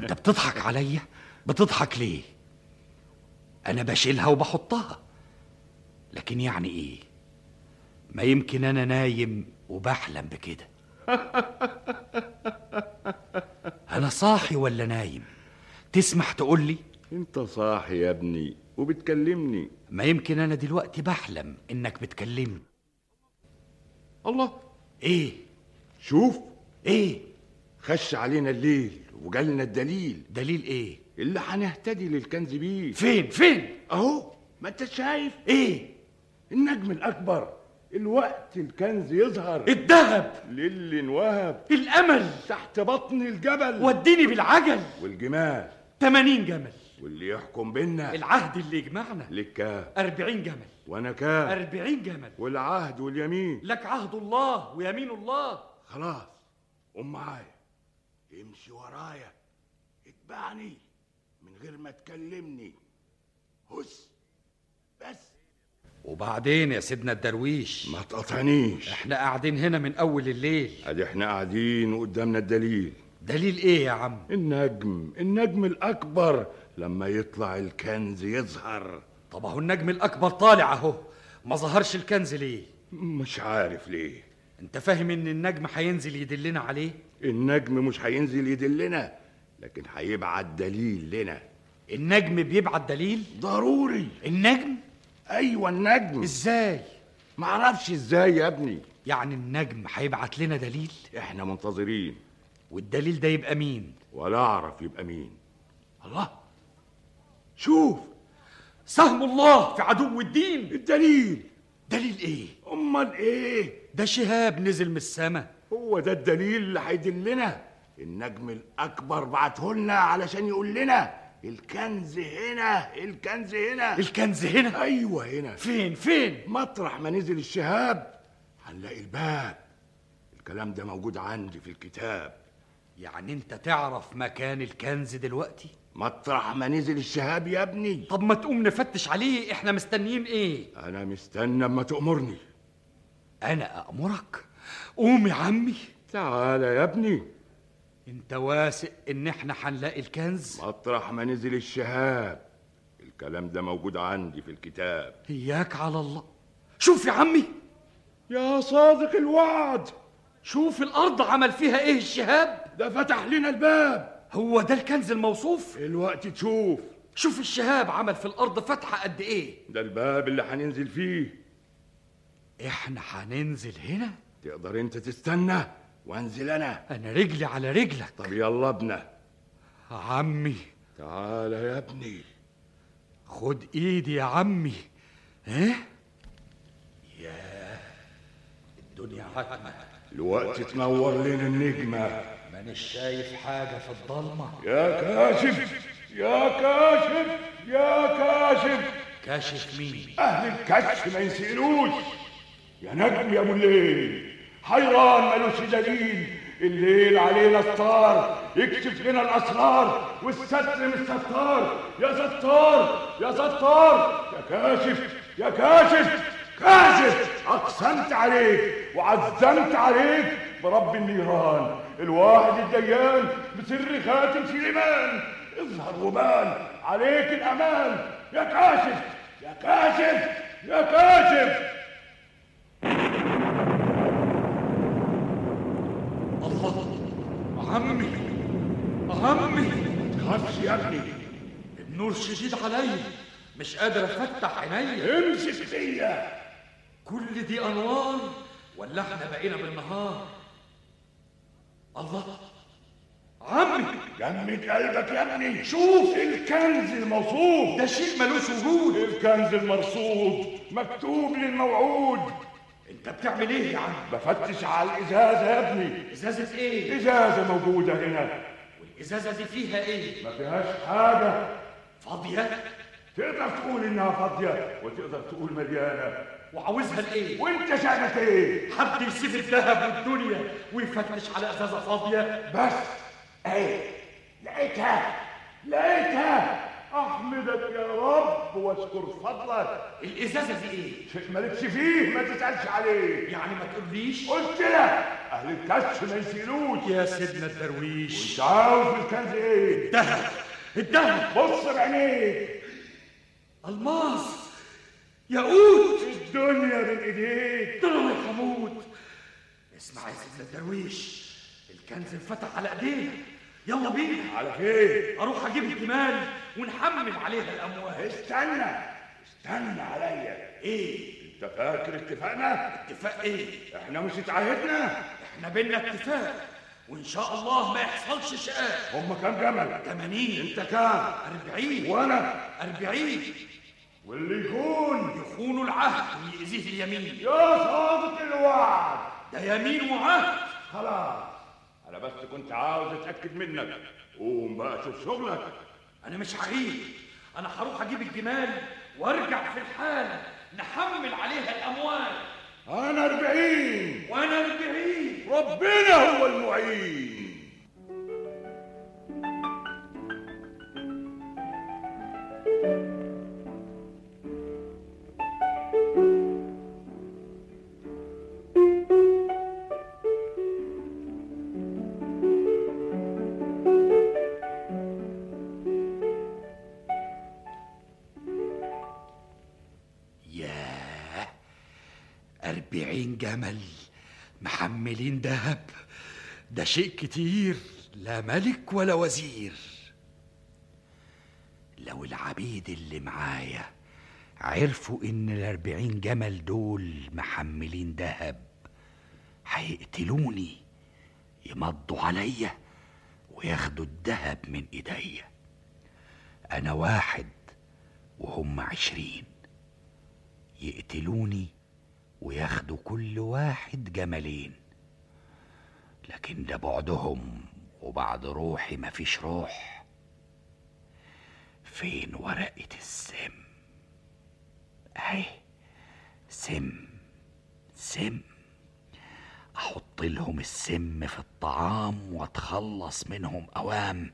S14: انت بتضحك عليا بتضحك ليه انا بشيلها وبحطها لكن يعني ايه ما يمكن انا نايم وبحلم بكده أنا صاحي ولا نايم تسمح تقول لي
S8: انت صاحي يا ابني وبتكلمني
S14: ما يمكن أنا دلوقتي بحلم إنك بتكلمني
S8: الله
S14: إيه
S8: شوف
S14: ايه
S8: خش علينا الليل وجالنا الدليل
S14: دليل ايه
S8: اللي هنهتدي للكنز بيه
S14: فين فين
S8: اهو ما انت شايف
S14: ايه
S8: النجم الاكبر الوقت الكنز يظهر
S14: الذهب
S8: للي انوهب
S14: الامل
S8: تحت بطن الجبل
S14: وديني بالعجل
S8: والجمال
S14: 80 جمل
S8: واللي يحكم بينا
S14: العهد اللي يجمعنا
S8: لك كاف
S14: 40 جمل
S8: وانا كاف
S14: 40 جمل
S8: والعهد واليمين
S14: لك عهد الله ويمين الله
S8: خلاص قوم معايا امشي ورايا اتبعني من غير ما تكلمني هس بس
S14: وبعدين يا سيدنا الدرويش
S8: ما تقاطعنيش
S14: احنا قاعدين هنا من اول الليل
S8: ادي احنا قاعدين وقدامنا الدليل
S14: دليل ايه يا عم
S8: النجم النجم الاكبر لما يطلع الكنز يظهر
S14: طب اهو النجم الاكبر طالع اهو ما ظهرش الكنز ليه
S8: مش عارف ليه
S14: انت فاهم ان النجم هينزل يدلنا عليه
S8: النجم مش هينزل يدلنا لكن هيبعت دليل لنا
S14: النجم بيبعت دليل
S8: ضروري
S14: النجم
S8: ايوه النجم
S14: ازاي
S8: معرفش ازاي يا ابني
S14: يعني النجم هيبعت لنا دليل
S8: احنا منتظرين
S14: والدليل ده يبقى مين
S8: ولا اعرف يبقى مين
S14: الله
S8: شوف
S14: سهم الله في عدو الدين
S8: الدليل
S14: دليل ايه
S8: امال ايه
S14: ده شهاب نزل من السما
S8: هو ده الدليل اللي هيدلنا النجم الاكبر بعته لنا علشان يقول لنا الكنز هنا الكنز هنا
S14: الكنز هنا
S8: ايوه هنا
S14: فين فين
S8: مطرح ما نزل الشهاب هنلاقي الباب الكلام ده موجود عندي في الكتاب
S14: يعني انت تعرف مكان الكنز دلوقتي
S8: مطرح ما نزل الشهاب يا ابني
S14: طب ما تقوم نفتش عليه احنا مستنيين ايه
S8: انا مستنى اما تأمرني
S14: انا امرك قوم يا عمي
S8: تعالى يا ابني
S14: انت واثق ان احنا هنلاقي الكنز
S8: مطرح ما نزل الشهاب الكلام ده موجود عندي في الكتاب
S14: اياك على الله شوف يا عمي
S8: يا صادق الوعد
S14: شوف الارض عمل فيها ايه الشهاب
S8: ده فتح لنا الباب
S14: هو ده الكنز الموصوف
S8: الوقت تشوف
S14: شوف الشهاب عمل في الارض فتحه قد ايه
S8: ده الباب اللي هننزل فيه
S14: احنا هننزل هنا
S8: تقدر انت تستنى وانزل انا
S14: انا رجلي على رجلك
S8: طب يلا ابنا
S14: عمي
S8: تعالى يا ابني
S14: خد ايدي يا عمي إيه؟ ها
S15: ياه الدنيا حتمة
S8: الوقت تنور لنا النجمة
S15: مانيش شايف حاجة في الضلمة
S8: يا كاشف يا كاشف يا كاشف
S15: كاشف مين
S8: أهل الكشف ما يسألوش يا نجم يا أبو الليل حيران ملوش دليل الليل علينا ستار يكشف لنا الأسرار والستر مش ستار يا ستار يا ستار يا كاشف يا كاشف كاشف أقسمت عليك وعزمت عليك برب النيران الواحد الديان بسر خاتم سليمان اظهر وبان عليك الأمان يا كاشف يا كاشف يا كاشف
S14: الله عمي عمي
S8: تخافش يا ابني
S14: النور شديد عليا مش قادر افتح عينيا
S8: امسك فيا
S14: كل دي انوار ولا احنا بقينا بالنهار الله عمي
S8: جمد قلبك يا ابني شوف الكنز الموصوف
S14: ده شيء ملوش وجود
S8: الكنز المرصود مكتوب للموعود
S14: انت بتعمل ايه يا عم
S8: بفتش على الازازه يا ابني
S14: ازازه ايه
S8: ازازه موجوده هنا
S14: الازازه دي فيها
S9: إيه؟
S14: ايه
S8: ما فيهاش حاجه
S14: فاضيه
S8: تقدر تقول انها فاضيه وتقدر تقول مليانه
S14: وعاوزها لايه
S8: وانت شايف ايه
S14: حد يسيب الذهب والدنيا ويفتش على ازازه فاضيه
S8: بس ايه لقيتها لقيتها احمدك يا رب واشكر فضلك
S14: الازازه دي ايه
S8: شيء مالكش فيه ما تسالش عليه
S14: يعني ما تقوليش
S8: قلت لك اهل الكشف ما يسيلوش
S14: يا سيدنا الدرويش
S8: وانت عاوز الكنز ايه
S14: الدهب الدهب
S8: بص بعينيك
S14: الماس ياقوت
S8: الدنيا بين ايديك
S14: ضلمة حمود اسمع يا سيدنا الدرويش الكنز انفتح على ايدينا
S9: يلا بينا
S15: على خير
S9: اروح اجيب الجمال ونحمل عليها الاموال
S15: استنى استنى عليا
S9: إيه؟
S15: ايه انت فاكر اتفقنا
S9: اتفاق ايه
S15: احنا مش اتعهدنا
S9: احنا بينا اتفاق وان شاء الله ما يحصلش شقاق
S15: هم كام جمل
S9: 80
S15: انت كام
S9: 40
S15: وانا
S9: 40
S15: واللي يخون
S9: يخون العهد ويأذيه اليمين
S15: يا صادق الوعد
S9: ده يمين وعهد
S15: خلاص انا بس كنت عاوز اتاكد منك قوم بقى شوف شغلك
S9: انا مش هغيب انا هروح اجيب الجمال وارجع في الحاله نحمل عليها الاموال
S15: انا أربعين
S9: وانا 40
S15: ربنا هو المعين
S14: ياه أربعين جمل محملين دهب ده شيء كتير لا ملك ولا وزير لو العبيد اللي معايا عرفوا إن الأربعين جمل دول محملين دهب هيقتلوني يمضوا عليا وياخدوا الدهب من إيديا أنا واحد وهم عشرين يقتلوني وياخدوا كل واحد جملين لكن ده بعدهم وبعد روحي مفيش روح فين ورقة السم اهي سم سم احط لهم السم في الطعام واتخلص منهم اوام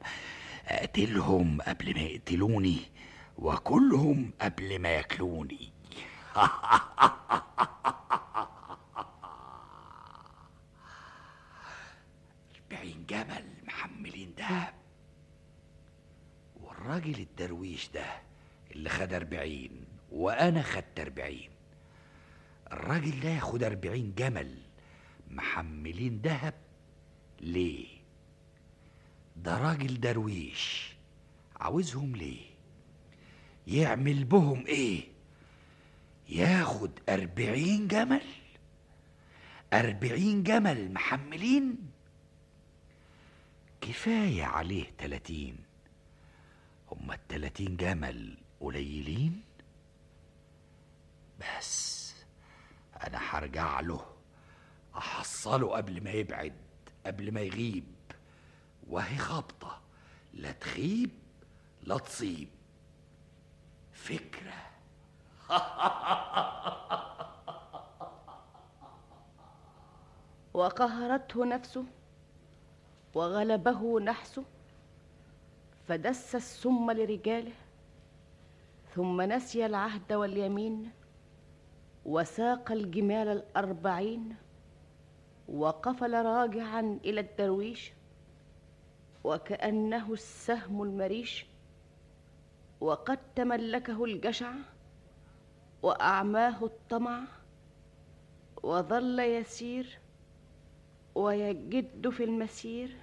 S14: اقتلهم قبل ما يقتلوني واكلهم قبل ما ياكلوني أربعين جمل محملين دهب والراجل الدرويش ده اللي خد أربعين وأنا خدت أربعين الراجل ده ياخد أربعين جمل محملين دهب ليه؟ ده راجل درويش عاوزهم ليه؟ يعمل بهم ايه؟ ياخد أربعين جمل أربعين جمل محملين كفاية عليه تلاتين هما التلاتين جمل قليلين بس أنا هرجع له أحصله قبل ما يبعد قبل ما يغيب وهي خبطة لا تخيب لا تصيب فكره
S13: وقهرته نفسه وغلبه نحسه فدس السم لرجاله ثم نسي العهد واليمين وساق الجمال الأربعين وقفل راجعا إلى الدرويش وكأنه السهم المريش وقد تملكه الجشع وأعماه الطمع وظل يسير ويجد في المسير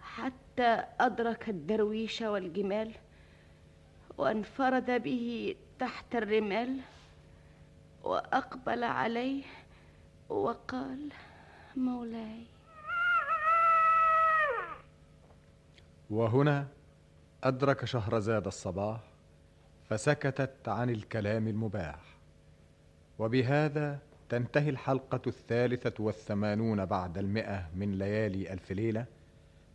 S13: حتى أدرك الدرويش والجمال وانفرد به تحت الرمال وأقبل عليه وقال مولاي
S6: وهنا أدرك شهرزاد الصباح فسكتت عن الكلام المباح وبهذا تنتهي الحلقة الثالثة والثمانون بعد المئة من ليالي ألف ليلة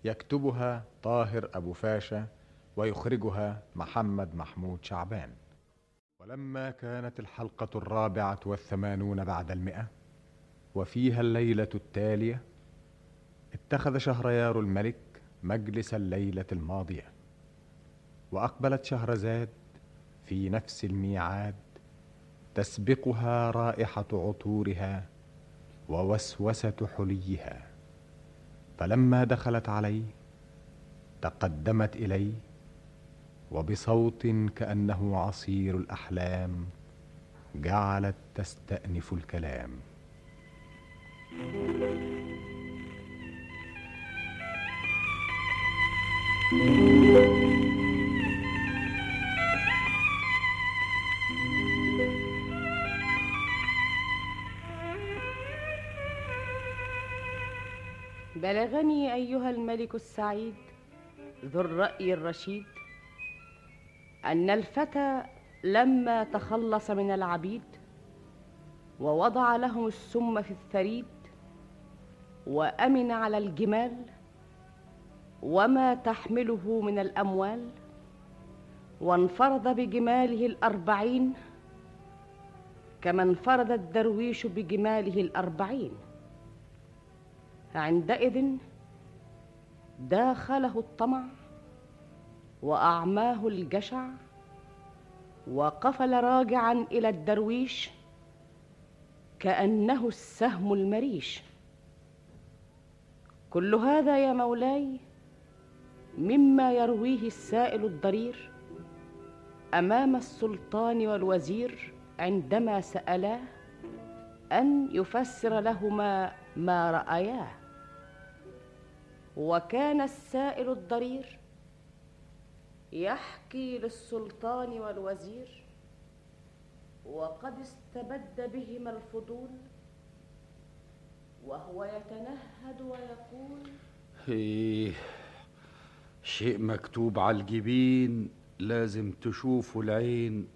S6: يكتبها طاهر أبو فاشا ويخرجها محمد محمود شعبان ولما كانت الحلقة الرابعة والثمانون بعد المئة وفيها الليلة التالية اتخذ شهريار الملك مجلس الليلة الماضية وأقبلت شهرزاد في نفس الميعاد تسبقها رائحه عطورها ووسوسه حليها فلما دخلت عليه تقدمت اليه وبصوت كانه عصير الاحلام جعلت تستانف الكلام
S13: بلغني أيها الملك السعيد ذو الرأي الرشيد أن الفتى لما تخلص من العبيد ووضع لهم السم في الثريد وأمن على الجمال وما تحمله من الأموال وانفرد بجماله الأربعين كما انفرد الدرويش بجماله الأربعين عندئذ داخله الطمع واعماه الجشع وقفل راجعا الى الدرويش كانه السهم المريش كل هذا يا مولاي مما يرويه السائل الضرير امام السلطان والوزير عندما سالاه ان يفسر لهما ما راياه وكان السائل الضرير يحكي للسلطان والوزير وقد استبد بهما الفضول وهو يتنهد ويقول
S14: إيه شيء مكتوب على الجبين لازم تشوفه العين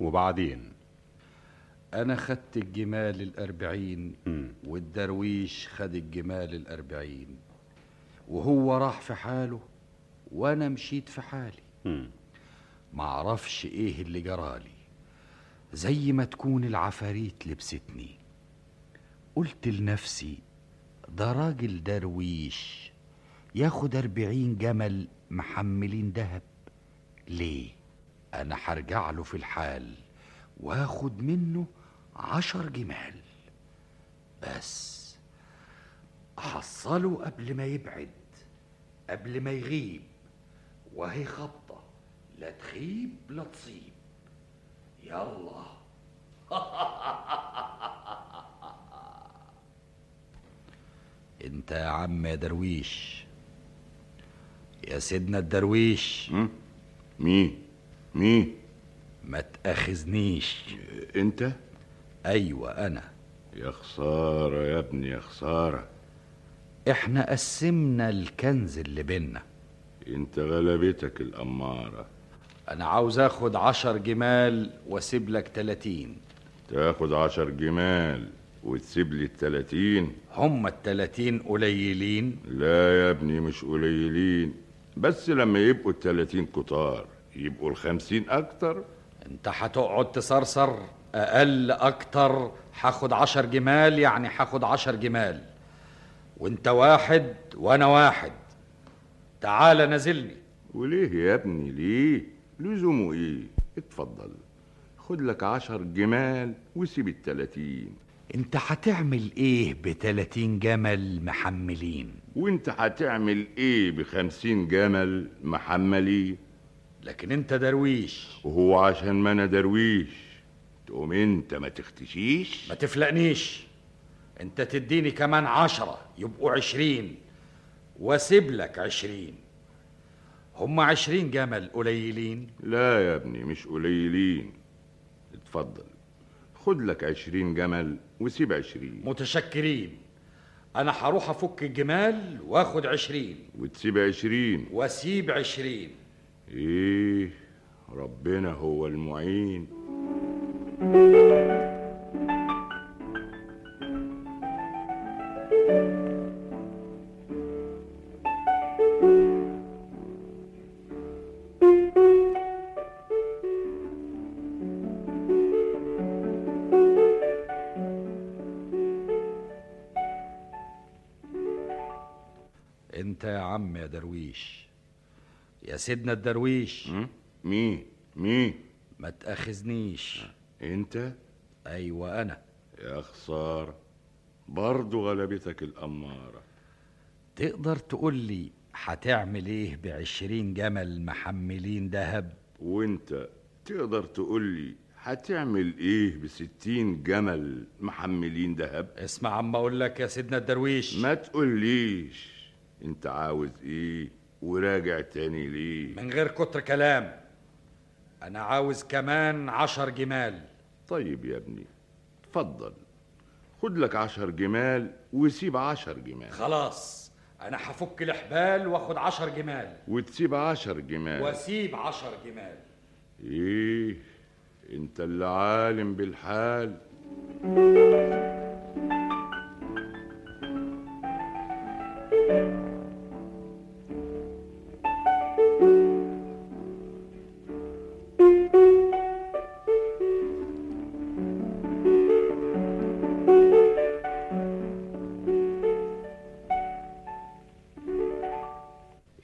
S17: وبعدين
S14: أنا خدت الجمال الأربعين والدرويش خد الجمال الأربعين وهو راح في حاله وأنا مشيت في حالي معرفش إيه اللي جرالي زي ما تكون العفاريت لبستني قلت لنفسي ده راجل درويش ياخد أربعين جمل محملين دهب ليه أنا هرجع له في الحال واخد منه عشر جمال بس احصله قبل ما يبعد قبل ما يغيب وهي خبطة لا تخيب لا تصيب يلا انت يا عم يا درويش يا سيدنا الدرويش
S15: مين مين
S14: ما تاخذنيش
S15: انت
S14: ايوه انا
S15: يا خسارة يا ابني يا خسارة
S14: احنا قسمنا الكنز اللي بينا
S15: انت غلبتك الأمارة
S14: انا عاوز اخد عشر جمال واسيب لك تلاتين
S15: تاخد عشر جمال وتسيب لي التلاتين
S14: هما التلاتين قليلين
S15: لا يا ابني مش قليلين بس لما يبقوا التلاتين كتار يبقوا الخمسين أكتر
S14: انت هتقعد تصرصر اقل اكتر هاخد عشر جمال يعني هاخد عشر جمال وانت واحد وانا واحد تعال نازلني
S15: وليه يا ابني ليه لزومه ايه اتفضل خد لك عشر جمال وسيب التلاتين
S14: انت هتعمل ايه بتلاتين جمل محملين
S15: وانت هتعمل ايه بخمسين جمل محملي
S14: لكن انت درويش
S15: وهو عشان ما انا درويش تقوم انت ما تختشيش
S14: ما تفلقنيش انت تديني كمان عشرة يبقوا عشرين واسيب لك عشرين هم عشرين جمل قليلين
S15: لا يا ابني مش قليلين اتفضل خد لك عشرين جمل وسيب عشرين
S14: متشكرين انا هروح افك الجمال واخد عشرين
S15: وتسيب عشرين
S14: واسيب عشرين
S15: ايه ربنا هو المعين
S14: انت يا عم يا درويش يا سيدنا الدرويش
S15: مين مين
S14: ما تاخذنيش
S15: انت
S14: ايوه انا
S15: يا خسارة برضو غلبتك الأمارة
S14: تقدر تقول لي هتعمل ايه بعشرين جمل محملين دهب
S15: وانت تقدر تقول لي هتعمل ايه بستين جمل محملين دهب
S14: اسمع عم اقول لك يا سيدنا الدرويش
S15: ما تقوليش انت عاوز ايه وراجع تاني ليه
S8: من غير كتر كلام أنا عاوز كمان عشر جمال
S15: طيب يا ابني اتفضل خد لك عشر جمال وسيب عشر جمال
S8: خلاص أنا هفك الحبال وآخد عشر جمال
S15: وتسيب عشر جمال
S8: وأسيب عشر جمال
S15: ايه انت اللي عالم بالحال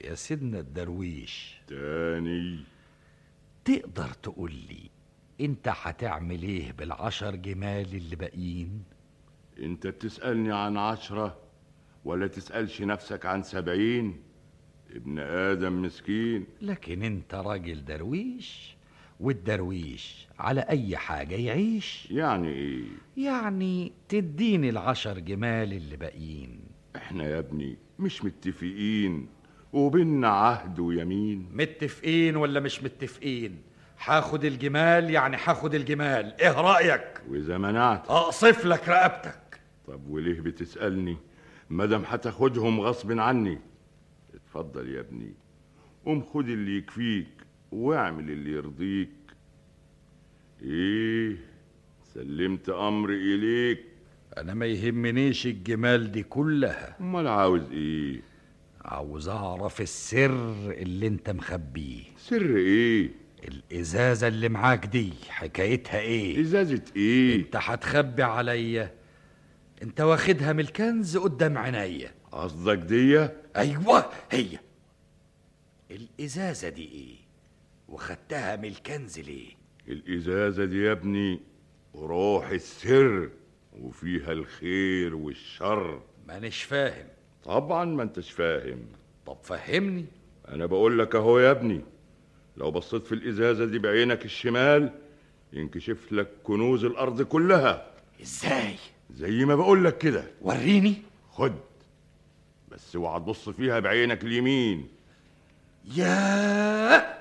S14: يا سيدنا الدرويش
S15: تاني
S14: تقدر تقول لي انت هتعمل ايه بالعشر جمال اللي باقيين
S15: انت بتسألني عن عشرة ولا تسألش نفسك عن سبعين ابن آدم مسكين
S14: لكن انت راجل درويش والدرويش على اي حاجه يعيش
S15: يعني ايه
S14: يعني تديني العشر جمال اللي باقيين
S15: احنا يا ابني مش متفقين وبينا عهد ويمين
S8: متفقين ولا مش متفقين هاخد الجمال يعني هاخد الجمال ايه رأيك
S15: وإذا منعت
S8: اقصف لك رقبتك
S15: طب وليه بتسألني مادام هتاخدهم غصب عني اتفضل يا ابني قوم خد اللي يكفيك واعمل اللي يرضيك ايه سلمت امر اليك
S8: انا ما يهمنيش الجمال دي كلها
S15: امال عاوز ايه
S14: عاوز اعرف السر اللي انت مخبيه
S15: سر ايه
S14: الازازه اللي معاك دي حكايتها ايه
S15: ازازه ايه
S14: انت هتخبي عليا انت واخدها من الكنز قدام عينيا
S15: قصدك دي
S14: ايوه هي الازازه دي ايه وخدتها من الكنز ليه
S15: الازازه دي يا ابني روح السر وفيها الخير والشر
S8: مانيش فاهم
S15: طبعا ما انتش فاهم
S8: طب فهمني
S15: انا بقول لك اهو يا ابني لو بصيت في الازازه دي بعينك الشمال ينكشف لك كنوز الارض كلها
S14: ازاي
S15: زي ما بقول لك كده
S14: وريني
S15: خد بس اوعى تبص فيها بعينك اليمين
S8: ياه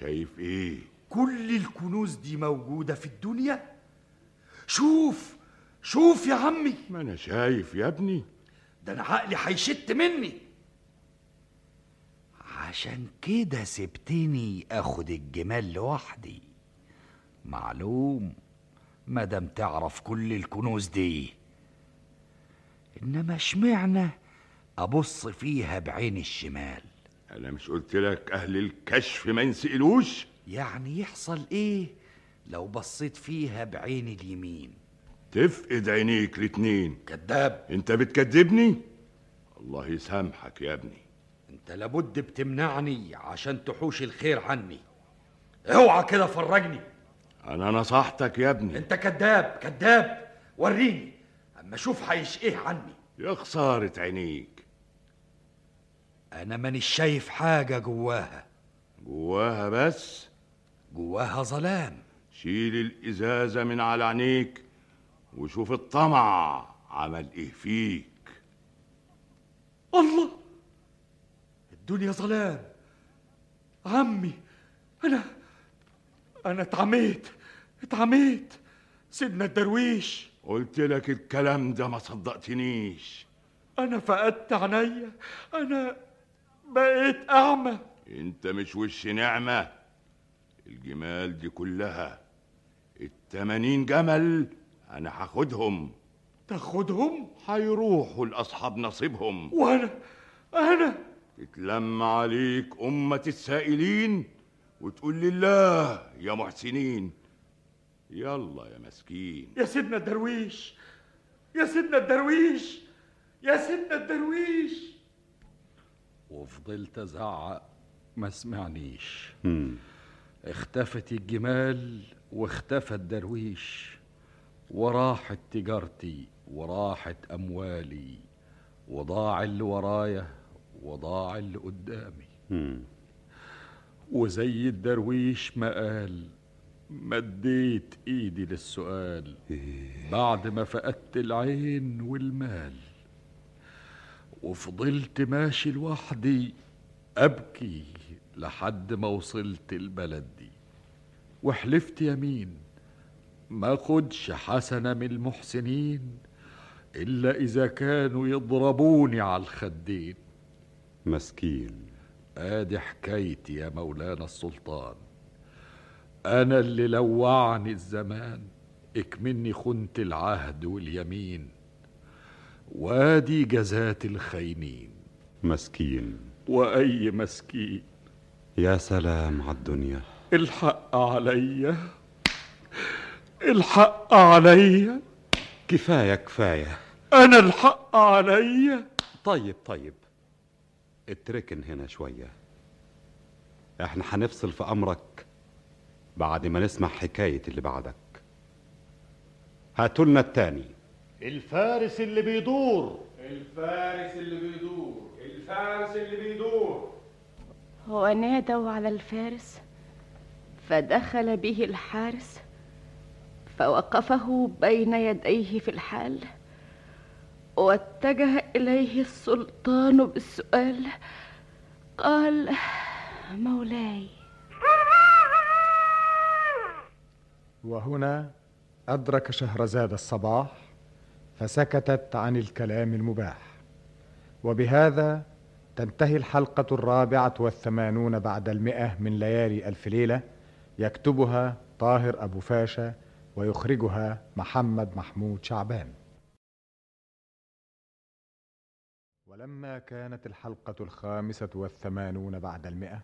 S15: شايف ايه
S8: كل الكنوز دي موجودة في الدنيا شوف شوف يا عمي
S15: ما انا شايف يا ابني
S8: ده انا عقلي هيشت مني
S14: عشان كده سبتني اخد الجمال لوحدي معلوم مادام تعرف كل الكنوز دي انما اشمعنى ابص فيها بعين الشمال
S15: انا مش قلت لك اهل الكشف ما ينسئلوش
S14: يعني يحصل ايه لو بصيت فيها بعين اليمين
S15: تفقد عينيك الاتنين
S8: كذاب
S15: انت بتكذبني الله يسامحك يا ابني
S8: انت لابد بتمنعني عشان تحوش الخير عني اوعى كده فرجني
S15: انا نصحتك يا ابني
S8: انت كذاب كذاب وريني اما اشوف هيشقيه إيه عني
S15: يا خسارة عينيك
S14: انا مانيش شايف حاجه جواها
S15: جواها بس
S14: جواها ظلام
S15: شيل الازازة من على عينيك وشوف الطمع عمل ايه فيك
S8: الله الدنيا ظلام عمي انا انا اتعميت اتعميت سيدنا الدرويش
S15: قلت لك الكلام ده ما صدقتنيش
S8: انا فقدت عينيا انا بقيت اعمى
S15: انت مش وش نعمة الجمال دي كلها التمانين جمل انا هاخدهم
S8: تاخدهم
S15: هيروحوا لاصحاب نصيبهم
S8: وانا انا
S15: تتلم عليك أمة السائلين وتقول لله يا محسنين يلا يا مسكين
S8: يا سيدنا الدرويش يا سيدنا الدرويش يا سيدنا الدرويش
S14: وفضلت ازعق ما سمعنيش
S18: مم.
S14: اختفت الجمال واختفى الدرويش وراحت تجارتي وراحت اموالي وضاع اللي ورايا وضاع اللي قدامي
S18: مم.
S14: وزي الدرويش ما قال مديت ايدي للسؤال
S18: إيه.
S14: بعد ما فقدت العين والمال وفضلت ماشي لوحدي
S18: أبكي لحد ما وصلت البلد دي وحلفت يمين ما خدش حسنة من المحسنين إلا إذا كانوا يضربوني على الخدين
S7: مسكين
S18: ادي حكايتي يا مولانا السلطان انا اللي لوعني الزمان اكمني خنت العهد واليمين وادي جزاة الخاينين
S7: مسكين
S18: واي مسكين
S7: يا سلام على الدنيا
S18: الحق عليا الحق عليا
S7: كفاية كفاية
S18: انا الحق عليا
S7: طيب طيب اتركن هنا شوية احنا هنفصل في امرك بعد ما نسمع حكاية اللي بعدك هاتولنا التاني
S19: الفارس اللي بيدور
S5: الفارس اللي بيدور الفارس اللي بيدور
S13: ونادوا على الفارس فدخل به الحارس فوقفه بين يديه في الحال واتجه اليه السلطان بالسؤال قال مولاي
S6: وهنا أدرك شهرزاد الصباح فسكتت عن الكلام المباح وبهذا تنتهي الحلقة الرابعة والثمانون بعد المئة من ليالي ألف ليلة يكتبها طاهر أبو فاشا ويخرجها محمد محمود شعبان ولما كانت الحلقة الخامسة والثمانون بعد المئة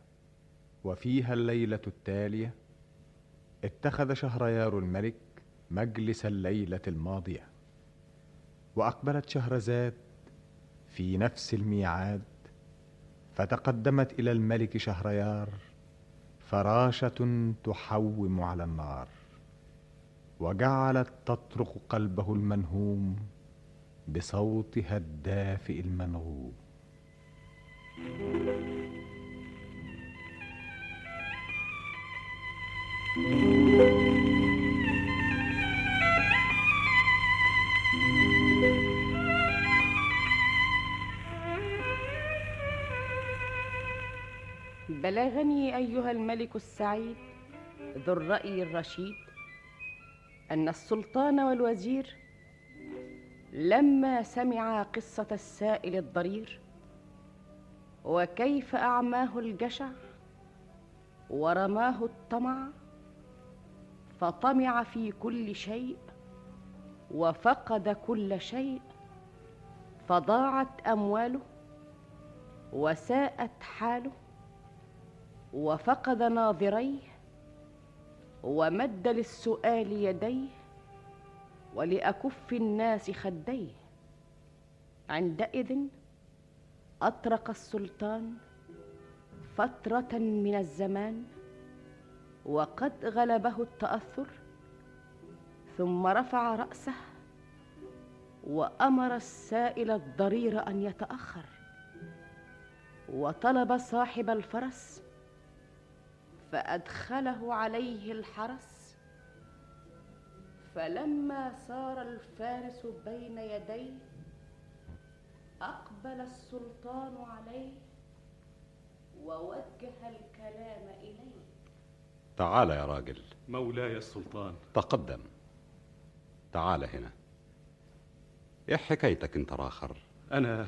S6: وفيها الليلة التالية اتخذ شهريار الملك مجلس الليلة الماضية وأقبلت شهرزاد في نفس الميعاد فتقدمت إلى الملك شهريار فراشة تحوم على النار وجعلت تطرق قلبه المنهوم بصوتها الدافئ المنغوب
S13: بلغني ايها الملك السعيد ذو الراي الرشيد ان السلطان والوزير لما سمعا قصه السائل الضرير وكيف اعماه الجشع ورماه الطمع فطمع في كل شيء وفقد كل شيء فضاعت امواله وساءت حاله وفقد ناظريه ومد للسؤال يديه ولاكف الناس خديه عندئذ اطرق السلطان فتره من الزمان وقد غلبه التاثر ثم رفع راسه وامر السائل الضرير ان يتاخر وطلب صاحب الفرس فادخله عليه الحرس فلما سار الفارس بين يديه اقبل السلطان عليه ووجه الكلام اليه
S7: تعال يا راجل
S11: مولاي السلطان
S7: تقدم تعال هنا ايه حكايتك انت راخر
S11: انا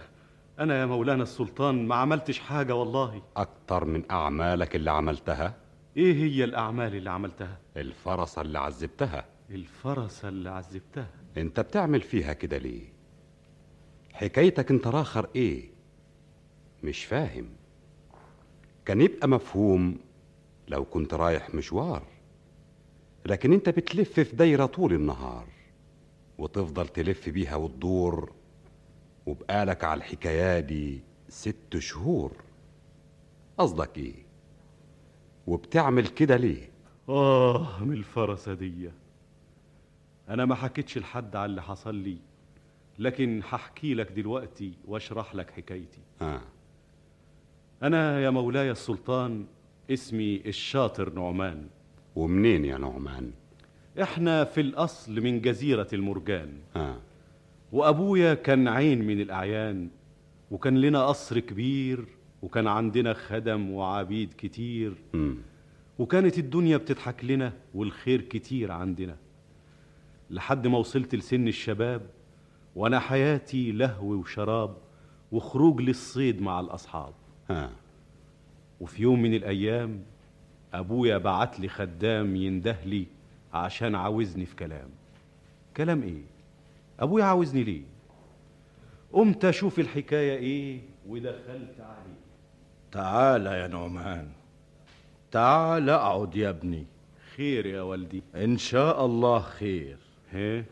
S11: انا يا مولانا السلطان ما عملتش حاجه والله
S7: اكتر من اعمالك اللي عملتها
S11: ايه هي الاعمال اللي عملتها
S7: الفرصة اللي عذبتها
S11: الفرسه اللي عذبتها
S7: انت بتعمل فيها كده ليه حكايتك انت راخر ايه مش فاهم كان يبقى مفهوم لو كنت رايح مشوار لكن انت بتلف في دايره طول النهار وتفضل تلف بيها وتدور وبقالك على الحكايه دي ست شهور قصدك ايه وبتعمل كده ليه
S11: آه من الفرسة دي أنا ما حكيتش لحد على اللي حصل لي لكن هحكي لك دلوقتي واشرح لك حكايتي
S7: آه.
S11: أنا يا مولاي السلطان اسمي الشاطر نعمان
S7: ومنين يا نعمان
S11: إحنا في الأصل من جزيرة المرجان
S7: آه.
S11: وأبويا كان عين من الأعيان وكان لنا قصر كبير
S20: وكان عندنا خدم وعبيد كتير
S7: مم.
S20: وكانت الدنيا بتضحك لنا والخير كتير عندنا لحد ما وصلت لسن الشباب وانا حياتي لهو وشراب وخروج للصيد مع الاصحاب
S7: ها.
S20: وفي يوم من الايام ابويا بعت لي خدام يندهلي عشان عاوزني في كلام كلام ايه ابويا عاوزني ليه قمت اشوف الحكايه ايه ودخلت عليه
S21: تعال يا نعمان تعال اقعد يا ابني
S20: خير يا والدي
S21: ان شاء الله خير
S20: ايه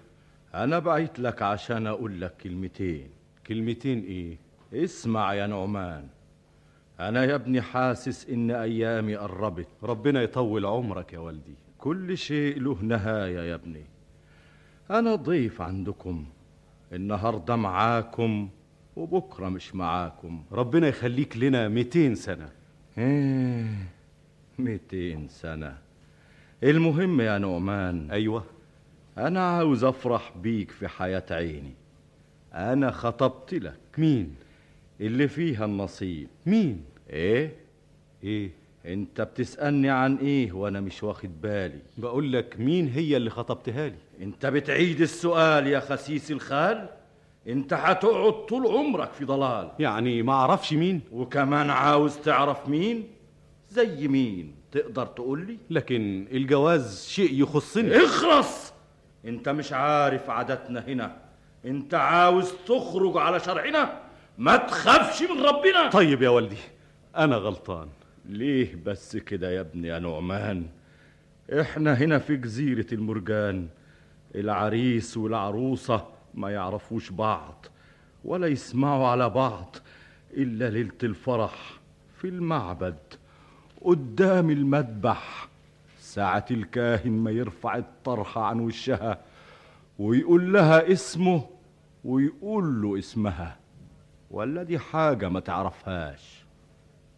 S21: انا بعت لك عشان اقول لك كلمتين
S20: كلمتين ايه
S21: اسمع يا نعمان انا يا ابني حاسس ان ايامي قربت
S20: ربنا يطول عمرك يا والدي
S21: كل شيء له نهايه يا ابني انا ضيف عندكم النهارده معاكم وبكره مش معاكم
S20: ربنا يخليك لنا 200 سنه
S21: ايه ميتين سنة المهم يا نعمان
S20: أيوة
S21: أنا عاوز أفرح بيك في حياة عيني أنا خطبت لك
S20: مين؟
S21: اللي فيها النصيب
S20: مين؟
S21: إيه؟
S20: إيه؟
S21: أنت بتسألني عن إيه وأنا مش واخد بالي
S20: بقول لك مين هي اللي خطبتها لي؟
S21: أنت بتعيد السؤال يا خسيس الخال أنت هتقعد طول عمرك في ضلال
S20: يعني ما أعرفش مين؟
S21: وكمان عاوز تعرف مين؟ زي مين؟ تقدر تقول لي؟
S20: لكن الجواز شيء يخصني
S21: اخرس انت مش عارف عاداتنا هنا انت عاوز تخرج على شرعنا ما تخافش من ربنا
S20: طيب يا والدي انا غلطان
S21: ليه بس كده يا ابني يا نعمان احنا هنا في جزيرة المرجان العريس والعروسة ما يعرفوش بعض ولا يسمعوا على بعض إلا ليلة الفرح في المعبد قدام المذبح ساعة الكاهن ما يرفع الطرحة عن وشها ويقول لها اسمه ويقول له اسمها ولا دي حاجة ما تعرفهاش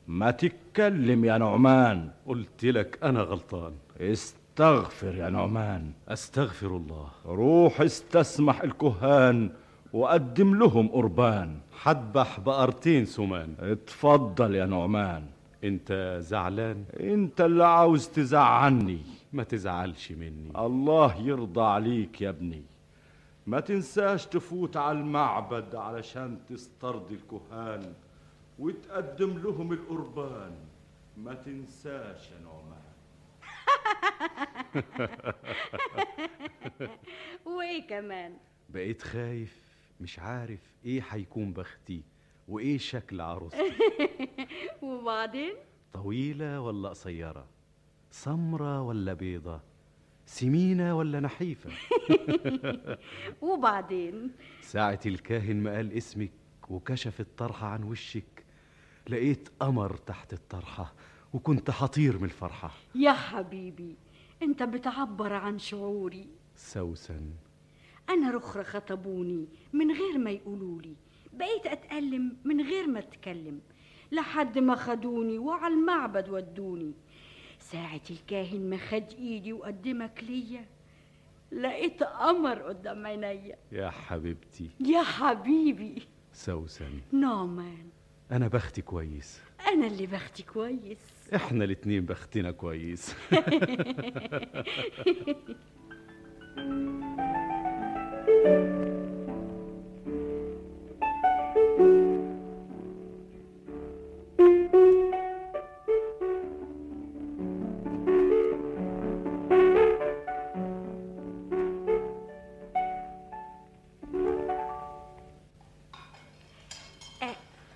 S21: ما تتكلم يا نعمان
S20: قلت لك أنا غلطان
S21: استغفر يا نعمان
S20: أستغفر الله
S21: روح استسمح الكهان وقدم لهم قربان
S20: حدبح بقرتين سمان
S21: اتفضل يا نعمان
S20: انت زعلان
S21: انت اللي عاوز تزعني
S20: ما تزعلش مني
S21: الله يرضى عليك يا ابني ما تنساش تفوت على المعبد علشان تسترضي الكهان وتقدم لهم القربان ما تنساش يا نعمان
S22: وايه كمان
S20: بقيت خايف مش عارف ايه هيكون بختي وايه شكل عروستي
S22: وبعدين
S20: طويلة ولا قصيرة؟ سمرة ولا بيضة؟ سمينة ولا نحيفة؟
S22: وبعدين
S20: ساعة الكاهن ما قال اسمك وكشف الطرحة عن وشك لقيت قمر تحت الطرحة وكنت حطير من الفرحة
S22: يا حبيبي انت بتعبر عن شعوري
S20: سوسن
S22: انا رخرة خطبوني من غير ما يقولولي بقيت اتألم من غير ما اتكلم لحد ما خدوني وعلى المعبد ودوني ساعة الكاهن ما خد ايدي وقدمك ليا لقيت قمر قدام عينيا
S20: يا حبيبتي
S22: يا حبيبي
S20: سوسن
S22: نعمان
S20: أنا بختي كويس
S22: انا اللي بختي كويس
S20: إحنا الاتنين بختنا كويس
S22: إيه،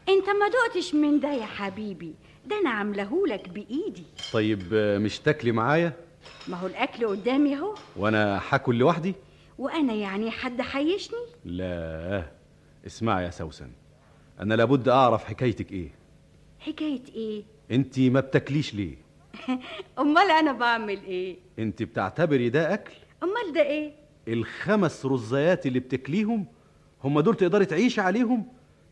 S22: انت ما دقتش من ده يا حبيبي ده انا عاملهولك بايدي
S20: طيب آه، مش تاكلي معايا
S22: ما هو الاكل قدامي اهو
S20: وأنا هاكل لوحدي؟
S22: وانا يعني حد حيشني
S20: لا اسمعي يا سوسن أنا لابد أعرف حكايتك إيه
S22: حكايه ايه
S20: أنت ما بتاكليش ليه؟
S22: امال انا بعمل ايه
S20: أنت بتعتبري ده أكل؟
S22: امال ده ايه
S20: الخمس رزيات اللي بتاكليهم هم دول تقدري تعيشي عليهم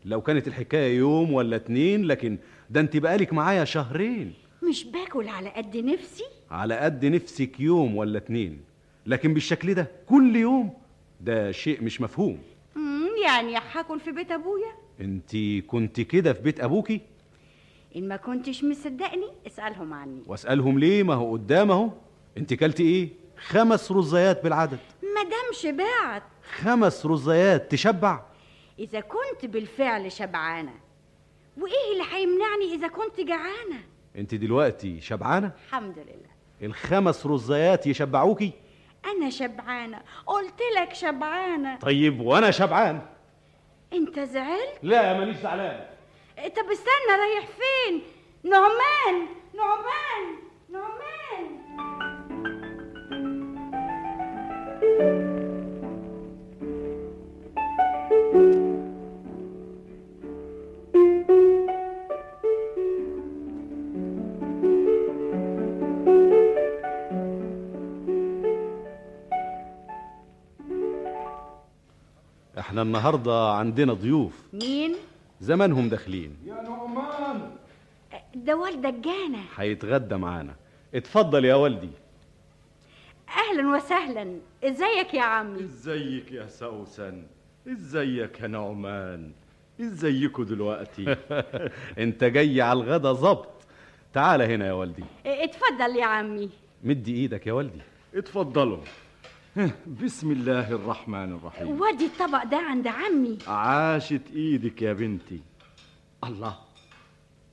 S20: لو كانت الحكايه يوم ولا اتنين لكن ده انت بقالك معايا شهرين
S22: مش باكل على قد نفسي
S20: على قد نفسك يوم ولا اتنين لكن بالشكل ده كل يوم ده شيء مش مفهوم
S22: مم، يعني هاكل في بيت ابويا
S20: انت كنت كده في بيت ابوكي
S22: إن ما كنتش مصدقني اسألهم عني
S20: واسألهم ليه ما هو قدامه انت كلت ايه خمس رزيات بالعدد
S22: مدام شبعت
S20: خمس رزيات تشبع
S22: إذا كنت بالفعل شبعانة وإيه اللي هيمنعني إذا كنت جعانة
S20: انت دلوقتي شبعانه
S22: الحمد لله
S20: الخمس رزيات يشبعوكي
S22: أنا شبعانة قلت لك شبعانة
S20: طيب وانا شبعان
S22: أنت زعلت؟
S20: لا ماليش زعلان
S22: طب استنى رايح فين؟ نعمان نعمان نعمان
S20: احنا النهارده عندنا ضيوف
S22: مين؟
S20: زمانهم داخلين
S15: يا نعمان
S22: ده والدك جانا
S20: هيتغدى معانا اتفضل يا والدي
S22: أهلا وسهلا إزيك يا عمي؟
S21: ازيك يا سوسن ازيك يا نعمان ازيكوا دلوقتي
S20: انت جاي على الغدا ظبط تعال هنا يا والدي
S22: إيه، اتفضل يا عمي
S20: مدي ايدك يا والدي
S21: اتفضلوا بسم الله الرحمن
S15: أيوه.
S21: الرحيم
S22: ودي الطبق ده عند عمي
S21: عاشت ايدك يا بنتي الله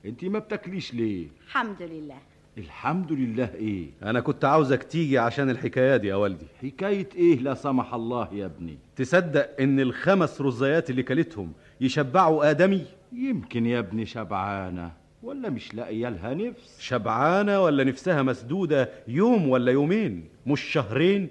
S21: انت ما بتاكليش ليه
S22: الحمد لله
S21: الحمد لله ايه
S20: انا كنت عاوزك تيجي عشان الحكايه دي يا والدي
S21: حكايه ايه لا سمح الله يا ابني
S20: تصدق ان الخمس رزيات اللي كلتهم يشبعوا ادمي
S21: يمكن يا ابني شبعانه ولا مش لاقيه لها نفس
S20: شبعانه ولا نفسها مسدوده يوم ولا يومين مش شهرين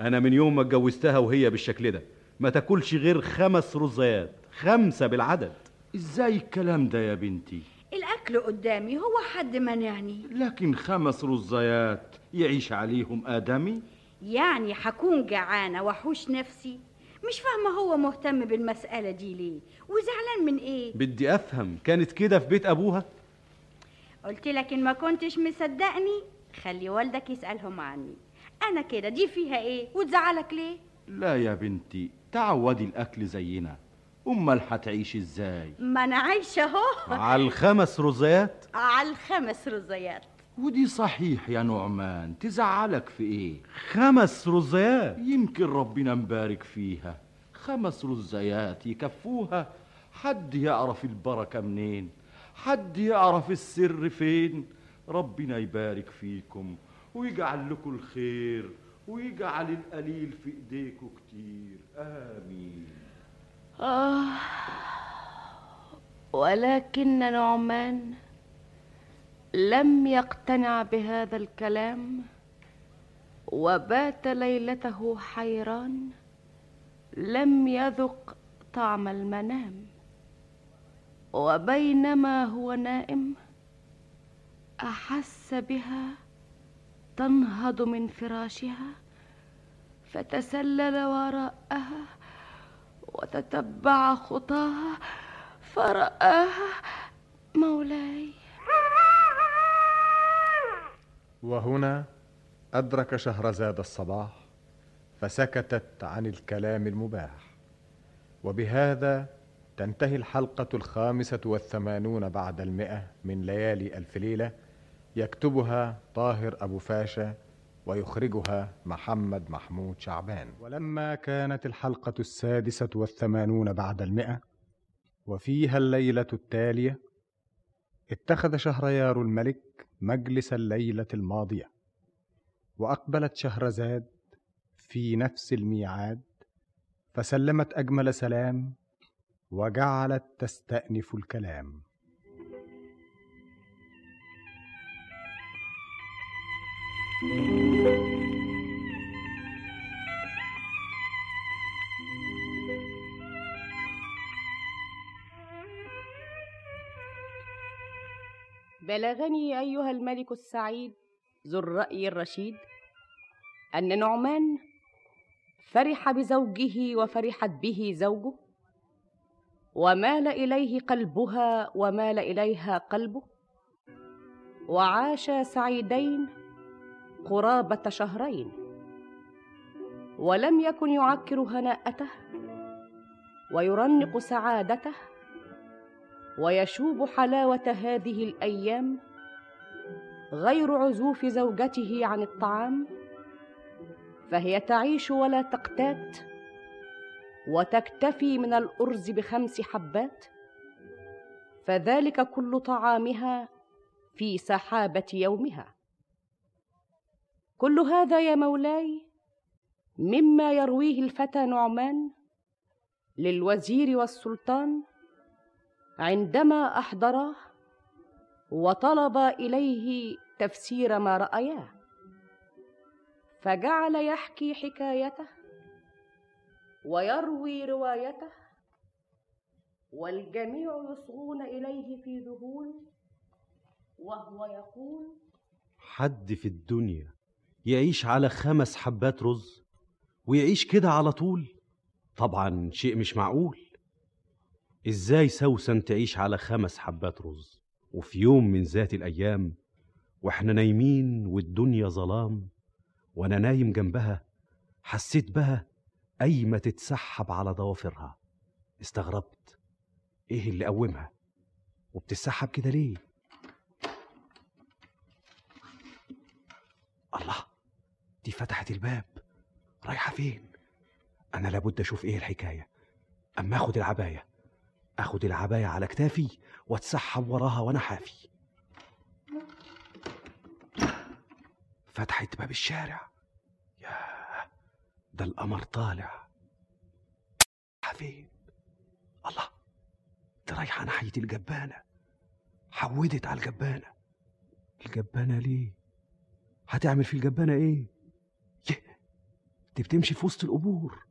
S20: انا من يوم ما اتجوزتها وهي بالشكل ده ما تاكلش غير خمس رزيات خمسه بالعدد
S21: ازاي الكلام ده يا بنتي
S22: الأكل قدامي هو حد يعني. منعني
S21: لكن خمس رزيات يعيش عليهم آدمي
S22: يعني هكون جعانة وحوش نفسي مش فاهمة هو مهتم بالمسألة دي ليه وزعلان من ايه
S20: بدي افهم كانت كده في بيت ابوها
S22: قلت لك إن ما كنتش مصدقني خلي والدك يسألهم عني أنا كده دي فيها ايه وتزعلك ليه
S21: لا يا بنتي تعودي الأكل زينا أمال هتعيش إزاي
S22: ما أنا عايشة أهو
S20: على الخمس رزيات
S22: على الخمس رزيات
S21: ودي صحيح يا نعمان تزعلك في إيه
S20: خمس رزيات
S21: يمكن ربنا مبارك فيها خمس رزيات يكفوها حد يعرف البركة منين حد يعرف السر فين ربنا يبارك فيكم ويجعل لكم الخير ويجعل القليل في ايديكم كتير امين
S13: آه ولكن نعمان لم يقتنع بهذا الكلام وبات ليلته حيران لم يذق طعم المنام وبينما هو نائم احس بها تنهض من فراشها فتسلل وراءها وتتبع خطاها فرآها مولاي
S6: وهنا أدرك شهرزاد الصباح فسكتت عن الكلام المباح وبهذا تنتهي الحلقة الخامسة والثمانون بعد المئة من ليالي ألف ليلة يكتبها طاهر أبو فاشا ويخرجها محمد محمود شعبان ولما كانت الحلقة السادسة والثمانون بعد المئة وفيها الليلة التالية اتخذ شهريار الملك مجلس الليلة الماضية وأقبلت شهرزاد في نفس الميعاد فسلمت أجمل سلام وجعلت تستأنف الكلام
S13: بلغني أيها الملك السعيد ذو الرأي الرشيد أن نعمان فرح بزوجه وفرحت به زوجه ومال إليه قلبها ومال إليها قلبه وعاشا سعيدين قرابة شهرين ولم يكن يعكر هناءته ويرنق سعادته ويشوب حلاوه هذه الايام غير عزوف زوجته عن الطعام فهي تعيش ولا تقتات وتكتفي من الارز بخمس حبات فذلك كل طعامها في سحابه يومها كل هذا يا مولاي مما يرويه الفتى نعمان للوزير والسلطان عندما احضراه وطلب اليه تفسير ما راياه فجعل يحكي حكايته ويروي روايته والجميع يصغون اليه في ذهول وهو يقول
S23: حد في الدنيا يعيش على خمس حبات رز ويعيش كده على طول طبعا شيء مش معقول ازاي سوسن تعيش على خمس حبات رز وفي يوم من ذات الايام واحنا نايمين والدنيا ظلام وانا نايم جنبها حسيت بها قايمه تتسحب على ضوافرها استغربت ايه اللي قومها وبتتسحب كده ليه الله دي فتحت الباب رايحه فين انا لابد اشوف ايه الحكايه اما اخد العبايه اخد العبايه على كتافي واتسحب وراها وانا حافي فتحت باب الشارع ياه ده القمر طالع فين الله دي رايحه ناحيه الجبانه حودت على الجبانه الجبانه ليه هتعمل في الجبانه ايه يه دي بتمشي في وسط القبور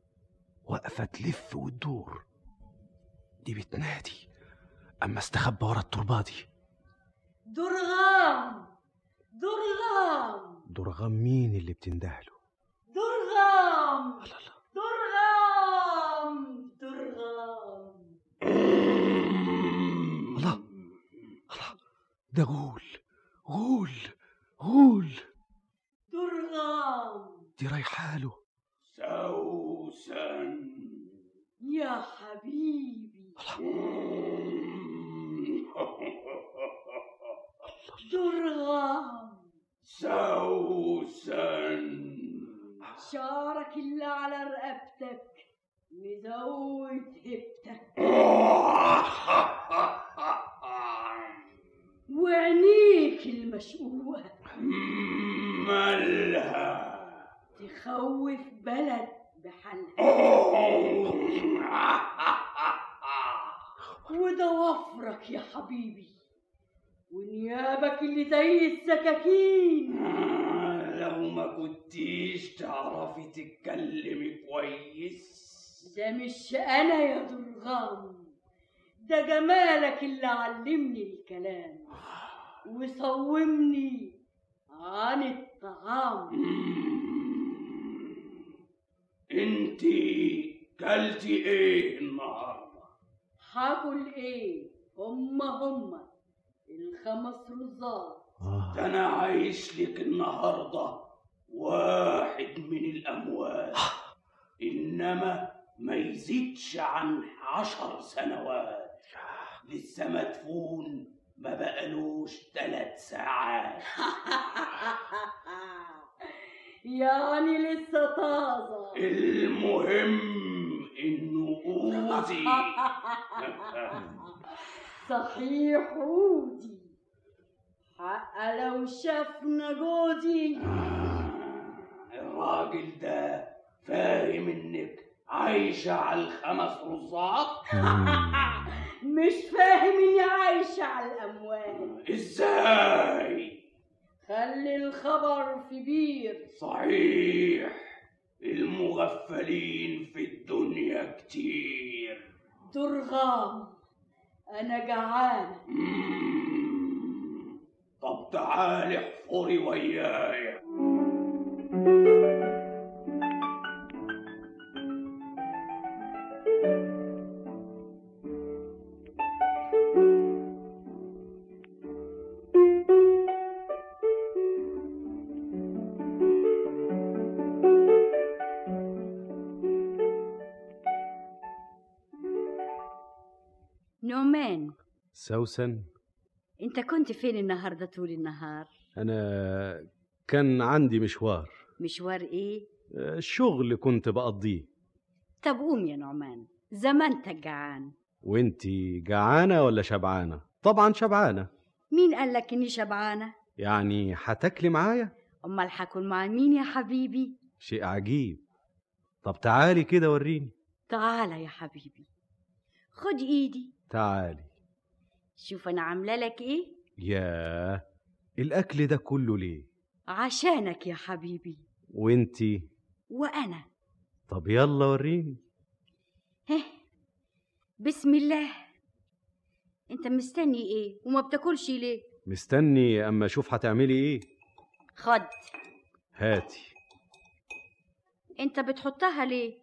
S23: واقفه تلف وتدور دي بتنادي اما استخبى ورا التربه دي
S24: درغام درغام
S23: درغام مين اللي بتندهله
S24: درغام درغام درغام
S23: الله الله ده غول غول غول
S24: درغام
S23: دي رايحه له
S24: سوسن يا حبيبي درغام
S8: سوسن
S24: شعرك اللي على رقبتك مزود هبتك وعينيك المشقوقة
S8: مالها
S24: تخوف بلد بحالها وده وفرك يا حبيبي ونيابك اللي زي السكاكين
S8: لو ما كنتيش تعرفي تتكلمي كويس
S24: ده مش انا يا درغام ده جمالك اللي علمني الكلام وصومني عن الطعام
S8: انتي كلتي ايه النهارده
S24: هاكل ايه هما هما الخمس رزات
S8: ده انا عايش لك النهارده واحد من الاموال انما ما يزيدش عن عشر سنوات لسه مدفون ما بقالوش ثلاث ساعات
S24: يعني لسه طازة
S8: المهم انه اوزي
S24: صحيح ودي حق لو شافنا جودي
S8: الراجل ده فاهم انك عايشة على الخمس رزاق
S24: مش فاهم اني عايشة على الأموال
S8: ازاي
S24: خلي الخبر في بير
S8: صحيح المغفلين في الدنيا كتير
S24: درغام أنا جعانة
S8: طب تعالي احفري وياي
S22: نعمان
S20: سوسن
S22: انت كنت فين النهارده طول النهار
S20: أنا كان عندي مشوار
S22: مشوار ايه
S20: آه، الشغل كنت بقضيه
S22: طب قوم يا نعمان زمانتك جعان
S20: وانتي جعانة ولا شبعانة؟ طبعا شبعانة
S22: مين قالك اني شبعانه
S20: يعني هتاكلي معايا؟
S22: امال هكون مع مين يا حبيبي
S20: شيء عجيب طب تعالي كده وريني
S22: تعالى يا حبيبي خد ايدي
S20: تعالي
S22: شوف انا عامله لك ايه
S20: ياه الأكل ده كله ليه؟
S22: عشانك يا حبيبي
S20: وانتي
S22: وانا
S20: طب يلا وريني
S22: هه بسم الله انت مستني ايه وما بتاكلش ليه
S20: مستني أما أشوف هتعملي إيه
S22: خد
S20: هاتي
S22: انت بتحطها ليه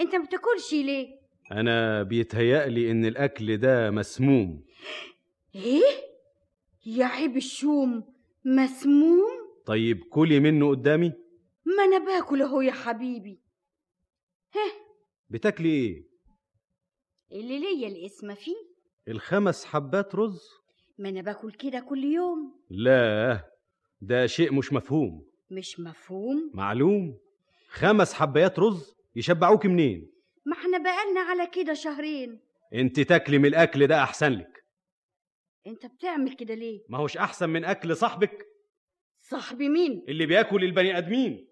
S22: انت ما بتاكلش ليه
S20: أنا بيتهيألي إن الأكل ده مسموم
S22: ايه يا عيب الشوم مسموم
S20: طيب كلي منه قدامي
S22: ما انا باكل اهو يا حبيبي هه
S20: بتاكلي إيه؟
S22: اللي ليا الاسم فيه
S20: الخمس حبات رز؟
S22: ما انا باكل كده كل يوم
S20: لا ده شيء مش مفهوم
S22: مش مفهوم
S20: معلوم خمس حبايات رز يشبعوك منين
S22: ما احنا بقالنا على كده شهرين
S20: انت تاكلي من الاكل ده احسن لك
S22: انت بتعمل كده ليه
S20: ما هوش احسن من اكل صاحبك
S22: صاحبي مين
S20: اللي بياكل البني ادمين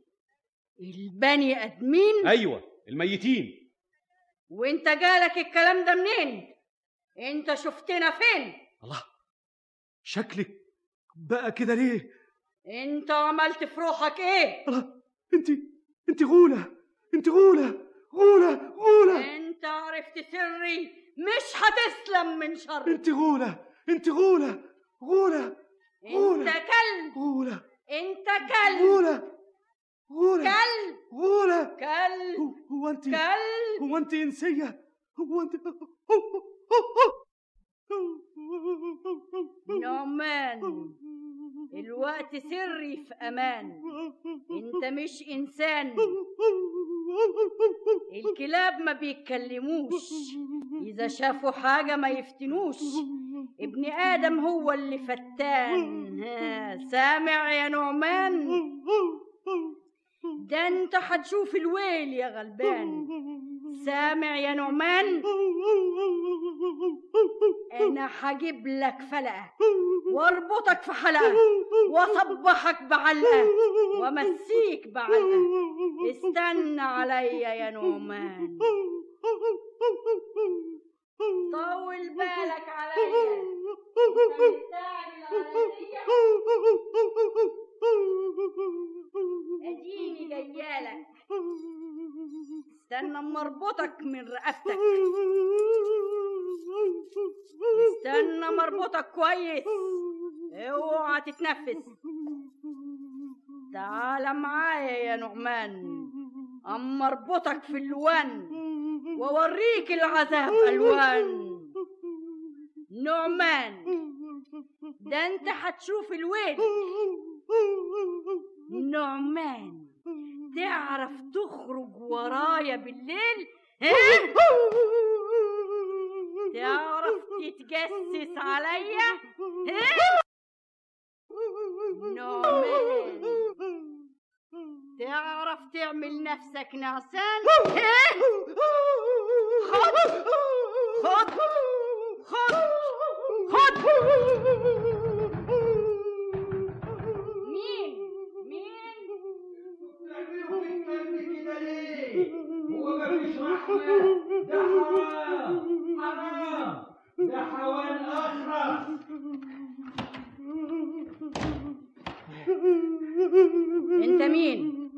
S22: البني ادمين
S20: ايوه الميتين
S24: وانت جالك الكلام ده منين انت شفتنا فين
S20: الله شكلك بقى كده ليه
S24: انت عملت في روحك ايه
S25: انت انت غولة انت غولة غولة غولة
S24: انت عرفت سري مش هتسلم من شر
S25: انت غولة انت غولة غولة
S24: انت كلب
S25: غولة
S24: انت كلب
S25: غولة غولة
S24: كلب
S25: غولة
S24: كلب
S25: هو انت
S24: كلب
S25: هو انت انسية هو انت
S24: نعمان الوقت سري في امان انت مش انسان الكلاب ما بيتكلموش اذا شافوا حاجه ما يفتنوش ابن ادم هو اللي فتان ها، سامع يا نعمان ده انت هتشوف الويل يا غلبان سامع يا نعمان انا هجيب لك فلقه واربطك في حلقه واصبحك بعلقه وامسيك بعلقه استنى عليا يا نعمان طول بالك عليا انت بتاعي الغزية. اديني جيالك استنى اما اربطك من رقبتك استنى اما اربطك كويس اوعى تتنفس تعال معايا يا نعمان اما اربطك في اللوان واوريك العذاب الوان نعمان ده انت هتشوف الويل نعمان تعرف تخرج ورايا بالليل ها؟ تعرف تتجسس عليا إيه؟ ها؟ نعمان تعرف تعمل نفسك نعسان ها؟ خد خد خد خد مين
S26: هو مفيش رحمة ده حرام حرام ده حيوان أخرس
S24: انت مين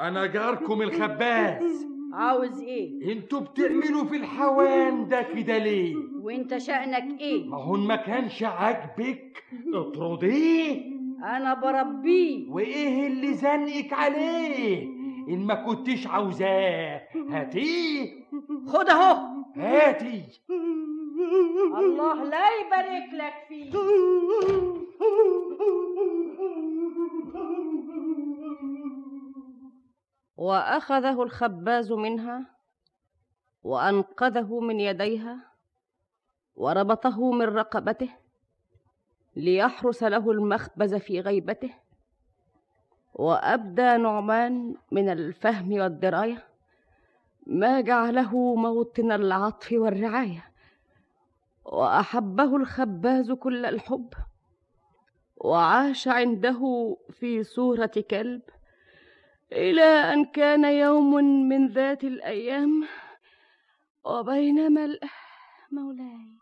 S8: أنا جاركم الخباز
S24: عاوز ايه
S8: انتوا بتعملوا في الحوان ده كده ليه؟
S24: وانت شأنك ايه
S8: ما هو إن ما كانش عاجبك اطرديه
S24: انا بربيه
S8: وايه اللي زنقك عليه؟ ان ما كنتش عاوزاه هاتيه
S24: خد اهو
S8: هاتي
S24: الله لا يبارك لك فيه
S13: واخذه الخباز منها وانقذه من يديها وربطه من رقبته ليحرس له المخبز في غيبته وابدى نعمان من الفهم والدرايه ما جعله موطن العطف والرعايه واحبه الخباز كل الحب وعاش عنده في صوره كلب الى ان كان يوم من ذات الايام وبينما ال- مولاي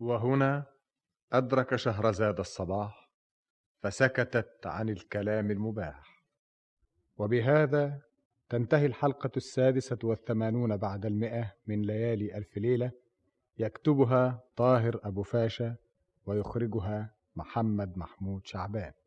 S6: وهنا أدرك شهرزاد الصباح فسكتت عن الكلام المباح وبهذا تنتهي الحلقة السادسة والثمانون بعد المئة من ليالي ألف ليلة يكتبها طاهر أبو فاشا ويخرجها محمد محمود شعبان